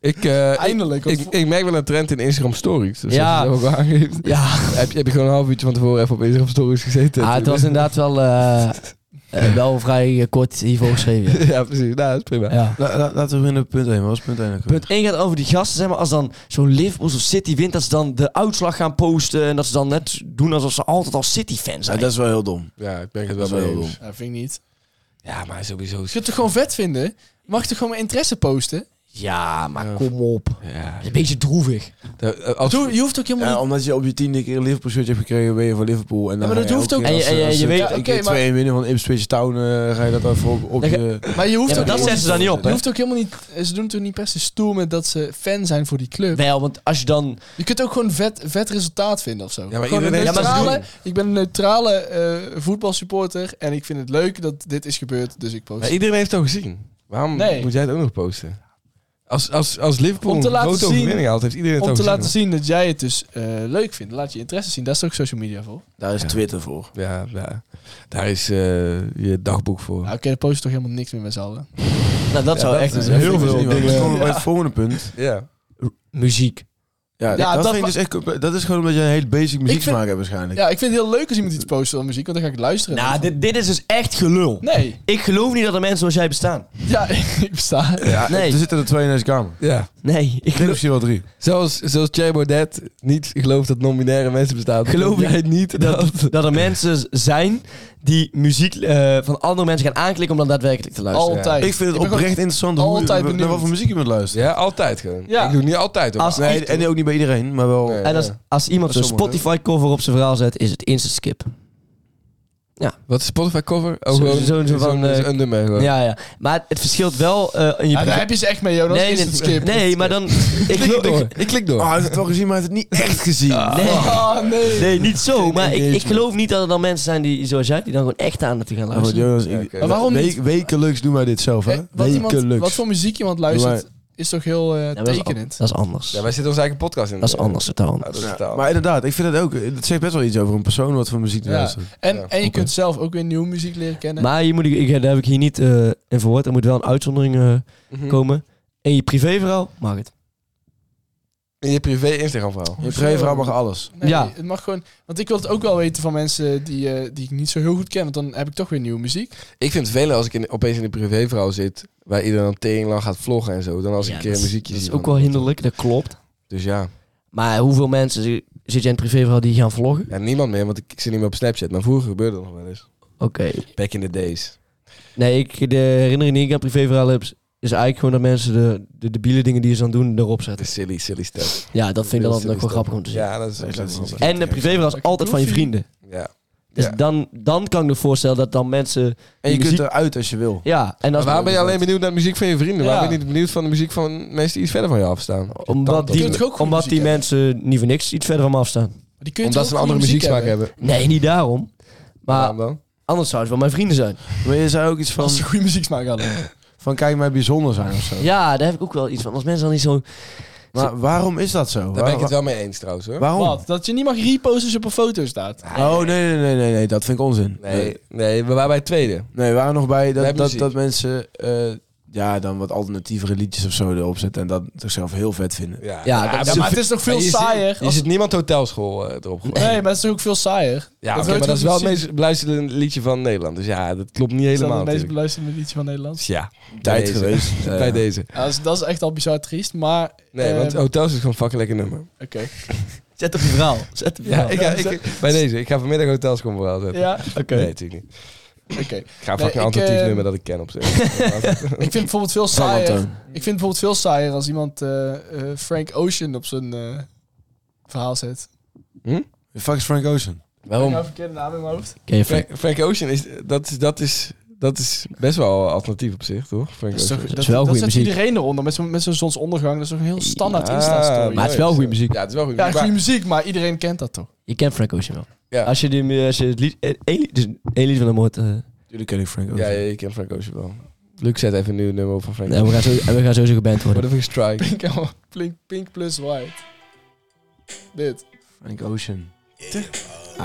Speaker 3: Ik, eh,
Speaker 6: Eindelijk.
Speaker 3: Ik,
Speaker 6: want
Speaker 3: ik,
Speaker 6: vo-
Speaker 3: ik merk wel een trend in Instagram stories. Dus
Speaker 5: Ja.
Speaker 3: als je dat ook (laughs) aangeeft,
Speaker 5: Ja,
Speaker 3: heb, je, heb je gewoon een half uurtje van tevoren even op Instagram stories gezeten.
Speaker 5: ah, het was inderdaad wel, eh, eh, wel vrij eh, kort hiervoor geschreven. ja.
Speaker 3: (laughs) ja, precies. Nou, dat is prima.
Speaker 5: Ja.
Speaker 4: La- la- laten we beginnen met punt 1. Wat was punt 1?
Speaker 5: Punt 1 gaat over die gasten, zeg maar, als dan zo'n Liverpool of City wint, dat ze dan de uitslag gaan posten en dat ze dan net doen alsof ze altijd al City-fans zijn.
Speaker 4: dat is wel heel dom.
Speaker 3: Ja, ik ben het
Speaker 4: Dat
Speaker 3: wel
Speaker 4: is wel
Speaker 3: mee
Speaker 4: heel
Speaker 3: eens.
Speaker 4: dom.
Speaker 6: Ja, vind ik niet.
Speaker 3: Ja, maar sowieso...
Speaker 6: Je kunt het gewoon vet vinden. Mag je toch gewoon mijn interesse posten?
Speaker 5: Ja, maar kom op. Dat
Speaker 3: Ja.
Speaker 5: is een beetje droevig.
Speaker 3: De- eh, als-
Speaker 6: Doe, je hoeft ook helemaal
Speaker 4: Ja,
Speaker 6: niet...
Speaker 4: omdat je op je tiende keer een Liverpool shirt hebt gekregen, ben je voor Liverpool. En dan
Speaker 6: maar
Speaker 4: ga
Speaker 6: dat
Speaker 4: je
Speaker 6: hoeft ook-
Speaker 4: keer
Speaker 5: En je-
Speaker 4: als- eh,
Speaker 5: en je-
Speaker 4: als
Speaker 5: je
Speaker 4: ze
Speaker 5: weet-
Speaker 4: een keer
Speaker 6: oké, maar-
Speaker 4: 2-1 winnen van Ipswich Town, eh, ga je dat even op, op
Speaker 5: Ja,
Speaker 4: je...
Speaker 6: Maar je hoeft
Speaker 5: Ja, maar
Speaker 6: ook
Speaker 5: dat
Speaker 6: niet-
Speaker 5: zetten ze dan niet op, hè?
Speaker 6: Je hoeft ook helemaal niet... Ze doen toen niet per se stoer met dat ze fan zijn voor die club.
Speaker 5: Wel, want als je dan...
Speaker 6: Je kunt ook gewoon vet, vet resultaat vinden of zo.
Speaker 3: Ja, maar
Speaker 6: Gewoon een
Speaker 3: iedereen-
Speaker 5: Ja, maar ze
Speaker 6: neutrale, ik ben een neutrale eh, voetbalsupporter en ik vind het leuk dat dit is gebeurd, dus ik post.
Speaker 3: Maar iedereen heeft het al gezien. Waarom
Speaker 6: Nee.
Speaker 3: moet jij het ook nog posten? Als, als, als Liverpool
Speaker 6: Om te
Speaker 3: een
Speaker 6: laten
Speaker 3: grote
Speaker 6: zien-
Speaker 3: overwinning haalt, heeft iedereen het
Speaker 6: Om te
Speaker 3: over
Speaker 6: laten
Speaker 3: zin.
Speaker 6: zien dat jij het dus eh, leuk vindt. Laat je interesse zien. Daar is toch social media voor?
Speaker 4: Daar is Twitter voor.
Speaker 3: Ja, ja, daar is eh, je dagboek voor.
Speaker 6: Nou, Oké, dan post je toch helemaal niks meer met z'n allen.
Speaker 5: Nou, dat zou
Speaker 3: dat
Speaker 5: echt
Speaker 3: is
Speaker 5: een-
Speaker 3: heel veel
Speaker 4: dingen.
Speaker 3: dingen.
Speaker 4: Dan komen we bij het volgende punt.
Speaker 3: Ja.
Speaker 5: muziek.
Speaker 4: Ja,
Speaker 6: Ja,
Speaker 4: dat,
Speaker 6: dat
Speaker 4: vind ik dus echt, compleet- dat is gewoon omdat je een hele basic muziek
Speaker 6: vind-
Speaker 4: hebt waarschijnlijk.
Speaker 6: Ja, ik vind het heel leuk als iemand iets post van muziek, want dan ga ik luisteren.
Speaker 5: Nou, dit, dit is dus echt gelul.
Speaker 6: Nee.
Speaker 5: Ik geloof niet dat er mensen zoals jij bestaan.
Speaker 6: Ja, (laughs) ik besta.
Speaker 4: Ja,
Speaker 5: Nee.
Speaker 4: Er zitten er twee in deze kamer.
Speaker 3: ja.
Speaker 5: Nee, ik
Speaker 4: Ik denk
Speaker 5: geloof,
Speaker 4: misschien wel drie.
Speaker 3: Zoals, zoals Thierry Baudet niet gelooft dat non-binaire mensen bestaan.
Speaker 5: Geloof
Speaker 3: jij niet dat...
Speaker 5: dat er mensen zijn die muziek eh, van andere mensen gaan aanklikken om dan daadwerkelijk te luisteren.
Speaker 6: Altijd.
Speaker 4: Ik vind het
Speaker 6: ben gewoon-
Speaker 4: oprecht interessant hoe,
Speaker 6: altijd
Speaker 4: naar
Speaker 6: benieuwd.
Speaker 4: wat voor muziek je moet luisteren.
Speaker 3: Ja, altijd gewoon.
Speaker 6: Ja.
Speaker 3: Ik doe het niet altijd hoor.
Speaker 5: Als-
Speaker 3: Maar-
Speaker 4: Nee, en ook niet bij iedereen, maar wel... Ah,
Speaker 3: Nee.
Speaker 5: En als, als iemand
Speaker 4: Dat
Speaker 5: zo'n
Speaker 4: is wel mooi.
Speaker 5: Spotify-cover op zijn verhaal zet, is het instant skip.
Speaker 3: Wat is Spotify cover? Oh,
Speaker 5: Zo-
Speaker 3: gewoon
Speaker 5: zo- zo van, eh,
Speaker 3: een nummer gewoon.
Speaker 5: Ja, ja. Maar het verschilt wel eh, in je...
Speaker 6: Ja, daar heb je ze echt mee, joh. Dat
Speaker 5: nee,
Speaker 6: is
Speaker 5: nee,
Speaker 6: het skip.
Speaker 5: nee, maar dan... Ik
Speaker 3: Ik klik
Speaker 5: geloof-
Speaker 3: door. Ik klik door.
Speaker 4: Ah, hij heeft het wel gezien, maar hij heeft het niet echt gezien.
Speaker 5: Nee,
Speaker 6: Ah, nee.
Speaker 5: nee, niet zo. Maar ik, ik
Speaker 3: engagement.
Speaker 5: geloof niet dat er dan mensen zijn die, zoals jij, die dan gewoon echt aan het gaan
Speaker 4: Ah, want
Speaker 5: luisteren.
Speaker 4: Jonas,
Speaker 3: Ja,
Speaker 4: ik-
Speaker 3: oké.
Speaker 6: Maar waarom
Speaker 4: Week-
Speaker 6: niet?
Speaker 4: wekelijks doen wij dit zelf, hè?
Speaker 6: Eh, wat, iemand,
Speaker 4: wekelijks.
Speaker 6: wat voor muziek iemand luistert, is toch heel eh,
Speaker 5: Ja, maar dat, is, an-
Speaker 6: tekenend.
Speaker 5: dat is anders.
Speaker 3: Ja, wij zitten onze eigen podcast in.
Speaker 5: Dat is anders, totaal
Speaker 3: Ja,
Speaker 5: anders.
Speaker 3: dat is
Speaker 4: Ja,
Speaker 3: totaal.
Speaker 4: maar inderdaad, ik vind het ook... Dat zegt best wel iets over een persoon wat voor muziek die
Speaker 6: Ja.
Speaker 4: luistert.
Speaker 6: En,
Speaker 3: Ja,
Speaker 6: en je
Speaker 3: oké.
Speaker 6: kunt zelf ook weer nieuwe muziek leren kennen.
Speaker 5: Maar je moet, ik, ik- daar heb ik hier niet eh, in verwoord. Er moet wel een uitzondering eh,
Speaker 3: Mhm.
Speaker 5: komen. En je privéverhaal mag het.
Speaker 3: In je privé Instagram verhaal.
Speaker 4: Je vreemvrouw mag alles.
Speaker 6: nee,
Speaker 5: ja.
Speaker 6: het mag gewoon. Want ik wil het ook wel weten van mensen die, eh, die ik niet zo heel goed ken. Want dan heb ik toch weer nieuwe muziek.
Speaker 3: Ik vind het vervelend als ik in, opeens in de privé verhaal zit, waar iedereen dan tering lang gaat vloggen en zo, dan als ik een keer een muziekje
Speaker 5: Dat is
Speaker 3: zie
Speaker 5: ook
Speaker 3: van-
Speaker 5: wel hinderlijk, dat klopt.
Speaker 3: Dus ja.
Speaker 5: Maar hoeveel mensen zi- zit jij in het privéverhaal die gaan vloggen?
Speaker 3: ja, niemand meer, want ik, ik zit niet meer op Snapchat. Maar vroeger gebeurde dat nog wel eens.
Speaker 5: Oké.
Speaker 3: Back in the days.
Speaker 5: Nee, ik, de herinnering die ik aan privéverhaal heb, is eigenlijk gewoon dat mensen de, de debiele dingen die ze aan doen erop
Speaker 3: Dat
Speaker 5: zetten.
Speaker 3: is silly, silly stuff.
Speaker 5: Ja, dat vind ik dan
Speaker 3: Heel
Speaker 5: altijd nog wel
Speaker 3: silly
Speaker 5: grappig om te zien.
Speaker 3: Ja, dat is ook
Speaker 4: dat is
Speaker 3: wel
Speaker 4: niet
Speaker 3: grappig.
Speaker 5: En de privéverhaal is altijd van je vrienden.
Speaker 3: Ja.
Speaker 5: Dus
Speaker 3: Ja.
Speaker 5: dan, dan kan ik me voorstellen dat dan mensen...
Speaker 4: En je
Speaker 5: die
Speaker 4: kunt
Speaker 5: muziek-
Speaker 4: eruit als je wil.
Speaker 5: Ja, en
Speaker 3: Maar
Speaker 5: als
Speaker 3: waarom ben je alleen benieuwd naar de muziek van je vrienden?
Speaker 6: Ja.
Speaker 3: Waarom ben je niet benieuwd van de muziek van mensen die iets verder van je afstaan?
Speaker 5: Omdat
Speaker 3: Dat-
Speaker 6: kunt
Speaker 5: die,
Speaker 6: ook goede
Speaker 5: omdat
Speaker 6: muziek
Speaker 5: die mensen niet voor niks iets verder van me afstaan.
Speaker 6: Maar die kun je
Speaker 3: Omdat ze
Speaker 6: toch
Speaker 3: een
Speaker 6: ook
Speaker 3: andere
Speaker 6: goede
Speaker 3: muzieksmaak hebben.
Speaker 5: Nee, niet daarom. Maar
Speaker 3: Waarom dan?
Speaker 5: anders zou het wel mijn vrienden zijn.
Speaker 4: Maar je zei ook iets van,
Speaker 6: Als ze goede muzieksmaak hadden.
Speaker 4: van kijk mij bijzonder zijn of zo.
Speaker 5: Ja, daar heb ik ook wel iets van. Als mensen dan niet zo...
Speaker 4: Maar waarom is dat zo?
Speaker 3: Daar ben ik het
Speaker 4: Waar-
Speaker 3: wel mee eens trouwens hoor.
Speaker 4: Waarom?
Speaker 6: Wat? Dat je niet mag reposten als je op een foto staat.
Speaker 4: Oh, nee, nee, nee, nee, nee, dat vind ik onzin.
Speaker 3: Nee, nee, we waren bij het tweede.
Speaker 4: Nee, we waren nog bij
Speaker 3: Bij
Speaker 4: dat, dat,
Speaker 3: muziek.
Speaker 4: dat mensen eh, ja, dan wat alternatievere liedjes of zo erop zetten en dat zichzelf heel vet vinden.
Speaker 3: Ja,
Speaker 5: Ja,
Speaker 3: maar
Speaker 5: dat-
Speaker 6: Ja, maar het is toch veel
Speaker 3: je ziet-
Speaker 6: saaier.
Speaker 3: Je
Speaker 6: als-
Speaker 3: zit niemand hotelschool eh, erop gooien.
Speaker 6: Nee, maar het is toch ook veel saaier.
Speaker 3: Ja, oké,
Speaker 6: Dat weet
Speaker 3: maar
Speaker 6: je
Speaker 3: dat is wel het
Speaker 6: precies.
Speaker 3: meest beluisterde liedje van Nederland. Dus ja, dat klopt niet
Speaker 6: Is dat
Speaker 3: helemaal.
Speaker 6: het meest
Speaker 3: natuurlijk.
Speaker 6: beluisterde liedje van Nederland?
Speaker 3: ja,
Speaker 4: Tijd
Speaker 3: deze.
Speaker 4: geweest. Eh,
Speaker 3: (laughs) bij deze.
Speaker 6: Ja, dat, is, dat is echt al bizar triest, maar...
Speaker 3: Nee,
Speaker 6: eh,
Speaker 3: want
Speaker 6: Oké.
Speaker 3: Hotels is gewoon een fucking lekker nummer.
Speaker 5: Zet op je verhaal. Zet op
Speaker 3: Ja,
Speaker 5: je verhaal.
Speaker 3: ik, ga- ik, bij deze. Ik ga vanmiddag Hotels gewoon vooral zetten.
Speaker 6: Ja, oké.
Speaker 3: Nee, natuurlijk niet.
Speaker 6: Oké.
Speaker 3: Ik ga een
Speaker 6: Nee,
Speaker 3: fucking
Speaker 6: ik,
Speaker 3: alternatief
Speaker 6: eh,
Speaker 3: nummer dat ik ken opzetten.
Speaker 6: (laughs) Ik vind bijvoorbeeld
Speaker 4: Van
Speaker 6: veel saaier...
Speaker 4: Antoon.
Speaker 6: Ik vind bijvoorbeeld veel saaier als iemand eh, eh, Frank Ocean op zijn eh, verhaal zet.
Speaker 4: De fuck is Frank Ocean?
Speaker 6: Ik
Speaker 3: Waarom?
Speaker 6: heb een verkeerde naam in mijn hoofd.
Speaker 5: Ken je Frank?
Speaker 3: Frank, Frank Ocean is dat, is... dat is... Dat is best wel alternatief op zich, toch? Frank
Speaker 6: Dat is, toch,
Speaker 3: Ocean.
Speaker 6: dat,
Speaker 5: wel
Speaker 6: dat
Speaker 5: goede
Speaker 6: zet
Speaker 5: muziek.
Speaker 6: iedereen eronder met zo'n met zo'n zonsondergang. Dat is toch een heel standaard
Speaker 3: Ah,
Speaker 6: Insta-story.
Speaker 5: Maar het is wel goede muziek.
Speaker 3: Ja, het is wel goed.
Speaker 6: Ja, goede muziek, maar iedereen kent dat (laughs) toch?
Speaker 5: Je kent Frank Ocean wel.
Speaker 3: Ja.
Speaker 5: Als je, die, als je het lied... eh, één lied, dus één lied van hem hoort... eh,
Speaker 4: Natuurlijk ken ik Frank
Speaker 3: Ja,
Speaker 4: Ocean.
Speaker 3: ja, je kent Frank Ocean wel. Luc zet even nu een nummer op van Frank
Speaker 5: nee, we,
Speaker 3: Ocean.
Speaker 5: gaan zo, we gaan sowieso geband
Speaker 3: What
Speaker 5: worden.
Speaker 3: if we strike?
Speaker 6: Pink, en- pink, pink plus white. Dit.
Speaker 4: Frank Ocean.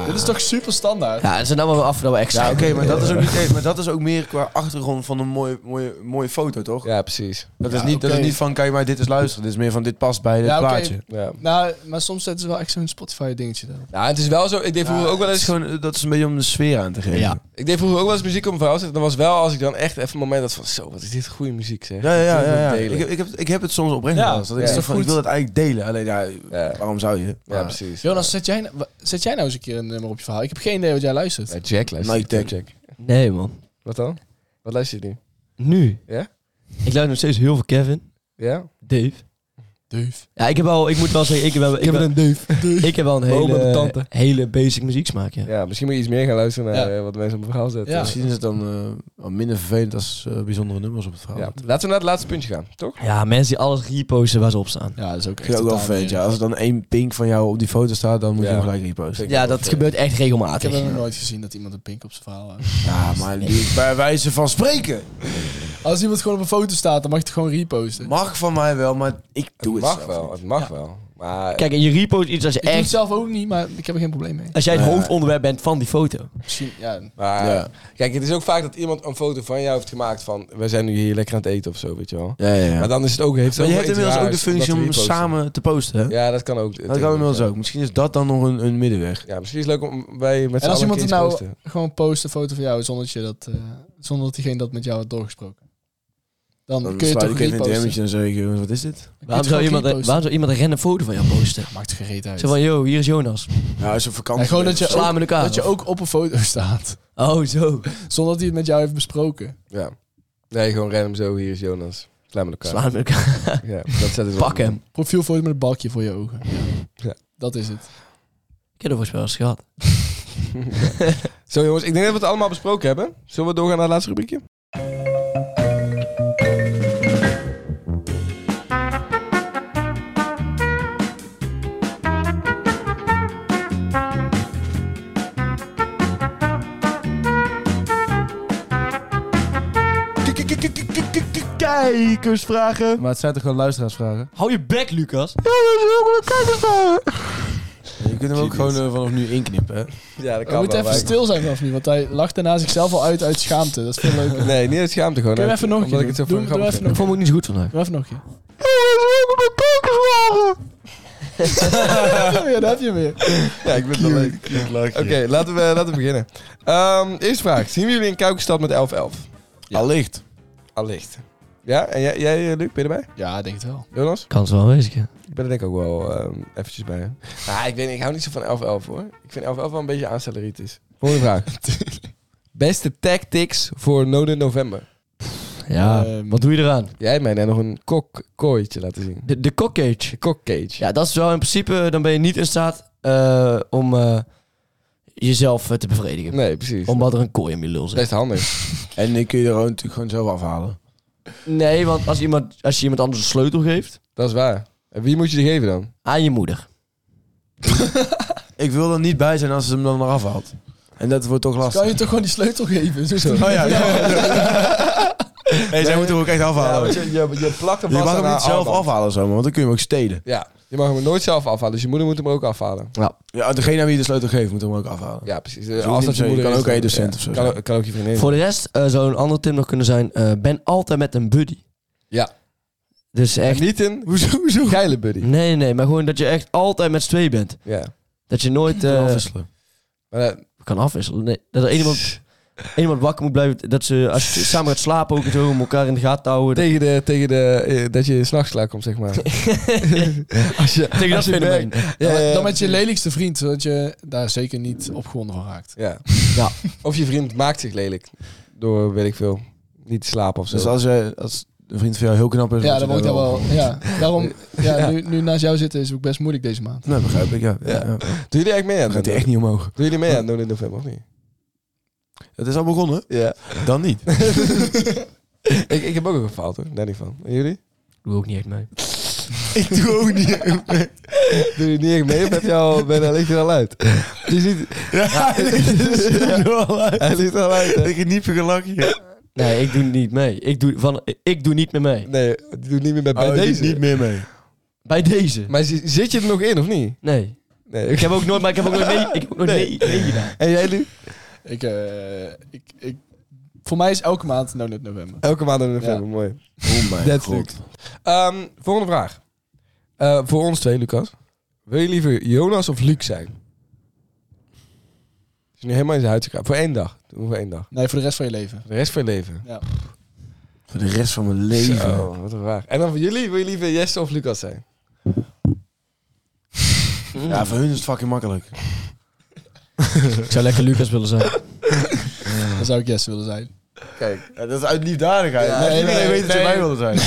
Speaker 6: Dit is toch super standaard?
Speaker 5: Ja, ze namen wel af dat we echt
Speaker 4: Ja,
Speaker 5: zijn.
Speaker 4: oké, maar, dat is
Speaker 5: (laughs)
Speaker 4: ook niet- maar dat is ook meer qua achtergrond van een mooie, mooie, mooie foto, toch?
Speaker 3: Ja, precies.
Speaker 4: Dat, is
Speaker 6: Ja,
Speaker 4: niet, dat
Speaker 6: oké.
Speaker 4: is niet van, kijk maar, dit is luisteren. Dit is meer van, dit past bij dit
Speaker 6: Ja, oké.
Speaker 4: plaatje.
Speaker 3: Ja.
Speaker 6: Nou, maar soms zetten ze wel echt zo'n Spotify dingetje erop.
Speaker 3: Nou, het is wel zo. Ik deed vroeger ook wel
Speaker 4: Dat is,
Speaker 3: eens.
Speaker 4: gewoon, eh, dat is een beetje om de sfeer aan te geven.
Speaker 5: Ja.
Speaker 3: Ik deed vroeger ook wel eens muziek op mijn verhaal zetten. Dan was wel als ik dan echt even een moment had van zo, wat is dit goede muziek zeg.
Speaker 4: Ja, ja, ja.
Speaker 3: Ik wil
Speaker 4: ja, ja.
Speaker 3: het
Speaker 4: Ik,
Speaker 3: delen.
Speaker 4: heb, ik, heb, ik heb het soms oprecht
Speaker 6: Ja,
Speaker 4: gedaan. dat ik
Speaker 3: ja.
Speaker 4: zeg van, ik
Speaker 6: Goed.
Speaker 4: wil het eigenlijk delen. Alleen, ja,
Speaker 3: Ja.
Speaker 4: waarom zou je?
Speaker 3: Ja,
Speaker 4: Maar-
Speaker 3: precies.
Speaker 6: Jonas, zet jij, wa- zet jij nou eens een keer een nummer op je verhaal? Ik heb geen idee wat jij luistert.
Speaker 3: Ja, Jack luister.
Speaker 4: Nike Tech.
Speaker 3: Jack.
Speaker 5: Nee, man.
Speaker 3: Wat dan? Wat luister je nu?
Speaker 5: Nu.
Speaker 3: Ja?
Speaker 5: Ik luister nog steeds heel veel Kevin,
Speaker 3: Ja?
Speaker 5: Dave,
Speaker 6: Deuf.
Speaker 5: Ja, ik heb wel, ik moet wel zeggen, ik heb wel, ik heb,
Speaker 3: een deuf.
Speaker 5: ik heb wel een
Speaker 3: Bomen de
Speaker 5: hele,
Speaker 3: tante.
Speaker 5: hele basic muzieksmaak, ja.
Speaker 3: Ja, misschien moet je iets meer gaan luisteren naar
Speaker 6: Ja.
Speaker 3: eh, wat mensen op het verhaal zetten.
Speaker 6: Ja.
Speaker 3: Dus-
Speaker 4: Misschien is het dan eh, wel minder vervelend als eh, bijzondere nummers op het verhaal.
Speaker 3: ja. Laten we naar het laatste puntje gaan, toch?
Speaker 5: Ja, mensen die alles reposten waar ze op staan.
Speaker 6: Ja, dat is ook
Speaker 4: Ik vind
Speaker 6: echt
Speaker 4: het ook wel
Speaker 6: totaal
Speaker 4: vervelend.
Speaker 6: meer.
Speaker 4: Ja. Als er dan één pink van jou op die foto staat, dan moet
Speaker 3: Ja.
Speaker 4: je hem gelijk reposten.
Speaker 5: Ja, dat gebeurt
Speaker 6: eh,
Speaker 5: echt
Speaker 6: Ik heb
Speaker 5: regelmatig.
Speaker 6: nog nooit gezien dat iemand een pink op zijn verhaal houdt.
Speaker 4: Ja, maar die- bij wijze van spreken.
Speaker 6: Als iemand gewoon op een foto staat, dan mag je het gewoon reposten.
Speaker 4: Mag van mij wel, maar ik doe het,
Speaker 3: mag
Speaker 4: zelf
Speaker 3: wel,
Speaker 4: niet.
Speaker 3: het mag wel. Maar
Speaker 5: Kijk, en je repost iets als je
Speaker 6: Ik doe het
Speaker 5: echt,
Speaker 6: zelf ook niet, maar ik heb er geen probleem mee.
Speaker 5: als jij het hoofdonderwerp bent van die foto.
Speaker 6: Misschien, ja,
Speaker 3: Maar
Speaker 4: Ja.
Speaker 3: kijk, het is ook vaak dat iemand een foto van jou heeft gemaakt van... we zijn nu hier lekker aan het eten of zo, weet je wel.
Speaker 4: Ja, ja, ja.
Speaker 3: Maar dan is het ook... Heeft het
Speaker 4: Maar je
Speaker 3: ook
Speaker 4: hebt
Speaker 3: wel iets
Speaker 4: inmiddels ook de
Speaker 3: raars dat
Speaker 4: functie
Speaker 3: we
Speaker 4: om
Speaker 3: reposten.
Speaker 4: samen te posten, hè?
Speaker 3: Ja, dat kan ook.
Speaker 4: Dat kan inmiddels ook. Misschien is dat dan nog een, een middenweg.
Speaker 3: Ja, misschien is het leuk om wij met z'n
Speaker 6: En als
Speaker 3: allen een
Speaker 6: iemand
Speaker 3: keer
Speaker 6: het
Speaker 3: nou...
Speaker 6: nou
Speaker 3: posten.
Speaker 6: gewoon post een foto van jou zonder dat, je dat, eh, zonder dat diegene dat met jou had doorgesproken. Dan,
Speaker 4: Dan
Speaker 6: kun je
Speaker 4: sluit
Speaker 6: toch
Speaker 4: ik even in het
Speaker 6: reposten.
Speaker 4: DM'tje en zeg ik, jongens, wat is dit?
Speaker 5: Waarom zou, iemand, waarom zou iemand een random foto van jou posten?
Speaker 6: Maakt er gereed uit.
Speaker 5: Zo van, yo, hier is Jonas.
Speaker 4: Ja, is een vakantie.
Speaker 6: En gewoon dat je,
Speaker 5: Slaan
Speaker 6: ook,
Speaker 5: met elkaar,
Speaker 6: dat je
Speaker 5: of?
Speaker 6: ook op een foto staat.
Speaker 5: Oh, zo.
Speaker 6: Zonder dat hij het met jou heeft besproken.
Speaker 4: nou-
Speaker 3: Ja. Nee, gewoon random zo. Hier is Jonas. Slaan met elkaar.
Speaker 5: Slaan met elkaar.
Speaker 3: Ja, dat
Speaker 4: (laughs)
Speaker 3: zet het
Speaker 5: Pak hem.
Speaker 6: Profielfoto met een balkje voor je ogen. Ja. Dat is het.
Speaker 5: (laughs) Ik heb er volgens mij wel eens gehad.
Speaker 3: Zo jongens, ik denk dat we het allemaal besproken hebben. Zullen we doorgaan naar het laatste rubriekje?
Speaker 4: Kijkersvragen. Maar het zijn toch gewoon luisteraarsvragen?
Speaker 5: Hou je bek, Lucas.
Speaker 4: Je kunt hem ook gewoon eh, vanaf nu inknippen, hè?
Speaker 3: Ja, dat
Speaker 6: We moeten even stil zijn vanaf nu, want hij lacht daarna zichzelf al uit uit schaamte. Dat is veel leuker.
Speaker 5: (laughs)
Speaker 6: Doe
Speaker 3: Nee, niet uit schaamte gewoon.
Speaker 6: Kun je
Speaker 3: uit-
Speaker 6: even nog een
Speaker 3: omdat
Speaker 6: keer
Speaker 3: ik het zo
Speaker 6: doen?
Speaker 3: voor
Speaker 6: Doe-
Speaker 3: grappig
Speaker 6: doe even
Speaker 3: vind.
Speaker 5: Ik vond me ook niet zo goed
Speaker 6: (laughs)
Speaker 5: vandaag.
Speaker 6: maar even nog een keer. (laughs)
Speaker 5: (laughs)
Speaker 6: ja, daar heb je hem weer.
Speaker 3: Ja, ik vind het wel leuk. Oké, laten, we, laten we beginnen. Ehm, eerste vraag. Zien we jullie in Kuikenstad met 11-11?
Speaker 4: Allicht.
Speaker 3: Allicht. Ja, en jij, jij eh, Luc, ben je erbij?
Speaker 6: Ja, ik denk het wel.
Speaker 3: Jonas?
Speaker 5: Kans wel aanwezig, ja.
Speaker 3: Ik ben er denk ik ook wel ehm, eventjes bij. hè. Ah, ik weet niet, ik hou niet zo van 11-11 hoor. Ik vind 11-11 wel een beetje aanstelleritis. Volgende vraag. (laughs) Beste tactics voor Noden November.
Speaker 5: Ja,
Speaker 6: Ehm.
Speaker 5: wat doe je eraan?
Speaker 3: Jij hebt mij net nog een kok kooitje laten zien.
Speaker 5: De, de cock cage.
Speaker 3: De kokcage.
Speaker 5: Ja, dat is wel in principe, dan ben je niet in staat eh, om eh, jezelf eh, te bevredigen.
Speaker 3: Nee, precies.
Speaker 5: Omdat er een kooi in je lul zit.
Speaker 3: Best handig.
Speaker 4: En die kun je er gewoon, natuurlijk gewoon zelf afhalen.
Speaker 5: Nee, want als, iemand, als je iemand anders een sleutel geeft,
Speaker 3: Dat is waar. En wie moet je die geven dan?
Speaker 5: aan je moeder.
Speaker 4: Ik wil er niet bij zijn als ze hem dan eraf haalt. En dat wordt toch lastig.
Speaker 6: Kan je toch gewoon die sleutel geven? Zo. (laughs)
Speaker 4: Oh ja. (laughs) hey, zij moeten hem ook echt afhalen.
Speaker 3: je, plakt hem
Speaker 4: je mag hem niet zelf afhalen, zo, want dan kun je hem ook stelen.
Speaker 3: Ja, je mag hem nooit zelf afhalen. Dus je moeder moet hem ook afhalen.
Speaker 4: Ja, degene aan wie je de sleutel geeft, moet hem ook afhalen.
Speaker 3: Ja, precies. Eh,
Speaker 4: hoeft niet per se, je kan ook aan je docent of zo
Speaker 3: Kan,
Speaker 4: zijn.
Speaker 3: ook- kan ook je vriendin.
Speaker 5: Voor de rest eh, zou een ander tip nog kunnen zijn, eh, ben altijd met een buddy.
Speaker 3: Ja.
Speaker 5: Dus echt...
Speaker 3: Niet een hoezo, hoezo? geile buddy.
Speaker 5: Nee, nee, maar gewoon dat je echt altijd met z'n tweeën bent.
Speaker 3: Ja.
Speaker 5: Dat je nooit eh,
Speaker 4: Afwisselen.
Speaker 3: Maar, eh,
Speaker 5: kan afwisselen. Nee, dat er één iemand, één iemand wakker moet blijven. Dat ze als je samen gaat slapen ook en zo, om elkaar in de gaten te houden.
Speaker 3: (laughs) tegen de, tegen de, eh, dat je s'nachts klaar komt, zeg (laughs) maar. als je,
Speaker 5: Tegen dat
Speaker 3: als je
Speaker 5: fenomeen.
Speaker 3: merkt-
Speaker 6: Dan,
Speaker 3: Ja, ja, ja,
Speaker 6: dan met je lelijkste vriend, zodat je daar zeker niet opgewonden van raakt.
Speaker 3: Ja.
Speaker 5: Ja.
Speaker 3: (laughs) Of je vriend maakt zich lelijk. Door, weet ik veel, niet te slapen of zo.
Speaker 4: Dus als, jij, als een vriend van jou heel knap is...
Speaker 6: Ja,
Speaker 4: moet je
Speaker 6: dan wordt dat wel.
Speaker 4: afhalen.
Speaker 6: Ja, daarom, ja, Nu, nu naast jou zitten is ook best moeilijk deze maand.
Speaker 4: Nee, Nou, begrijp ik, ja. ja.
Speaker 3: Ja.
Speaker 4: ja.
Speaker 3: Doen jullie echt mee aan?
Speaker 4: Dan gaat hij
Speaker 3: Noord-
Speaker 4: echt niet omhoog.
Speaker 3: Doen jullie mee aan Noord in november of niet?
Speaker 4: Het is al begonnen.
Speaker 3: Ja.
Speaker 4: Dan (laughs) niet.
Speaker 3: ik, ik heb ook een gefaald hoor, daar niet van. En jullie?
Speaker 5: Doe ook niet echt mee.
Speaker 3: (laughs) Ik doe ook niet echt mee. Doe je niet echt mee of heb je al, ben, ligt er al uit? Het is niet... Ja, Hij ligt er al uit. hè?
Speaker 4: heb niet gelak hier.
Speaker 5: (laughs) Nee, ik doe niet mee. Ik doe, van, ik doe niet meer mee.
Speaker 3: Nee, doe niet meer met bij
Speaker 4: Bij
Speaker 3: deze.
Speaker 4: Oh, niet meer mee.
Speaker 5: Bij deze.
Speaker 3: Maar zi- zit je er nog in of niet?
Speaker 5: Nee.
Speaker 3: Nee.
Speaker 5: Ik heb ook nooit, maar ik heb ook nooit nee, ik heb ook nooit (laughs) nee.
Speaker 3: Nee.
Speaker 5: nee, gedaan.
Speaker 3: En jij nu?
Speaker 6: Ik, eh, ik, ik, voor mij is elke maand nou net november.
Speaker 3: Elke maand in november, mooi.
Speaker 4: Oh mijn
Speaker 3: Dat lukt. Ehm, volgende vraag. Eh, voor ons twee, Lucas. Wil je liever Jonas of Luc zijn? Is nu helemaal in zijn huid gekrabd. Voor één dag. Doen we voor één dag.
Speaker 6: Nee, voor de rest van je leven.
Speaker 3: Voor De rest van je leven.
Speaker 6: Ja.
Speaker 4: Voor de rest van mijn leven.
Speaker 3: Zo, wat een vraag. En dan voor jullie, wil je liever Jesse of Lucas zijn?
Speaker 4: Ja, voor hun is het fucking makkelijk.
Speaker 5: Ik zou lekker Lucas willen zijn.
Speaker 6: (laughs) Dan zou ik yes willen zijn.
Speaker 3: Kijk.
Speaker 4: dat is uit liefdadigheid.
Speaker 6: Nee, nee, nee.
Speaker 4: wilde zijn.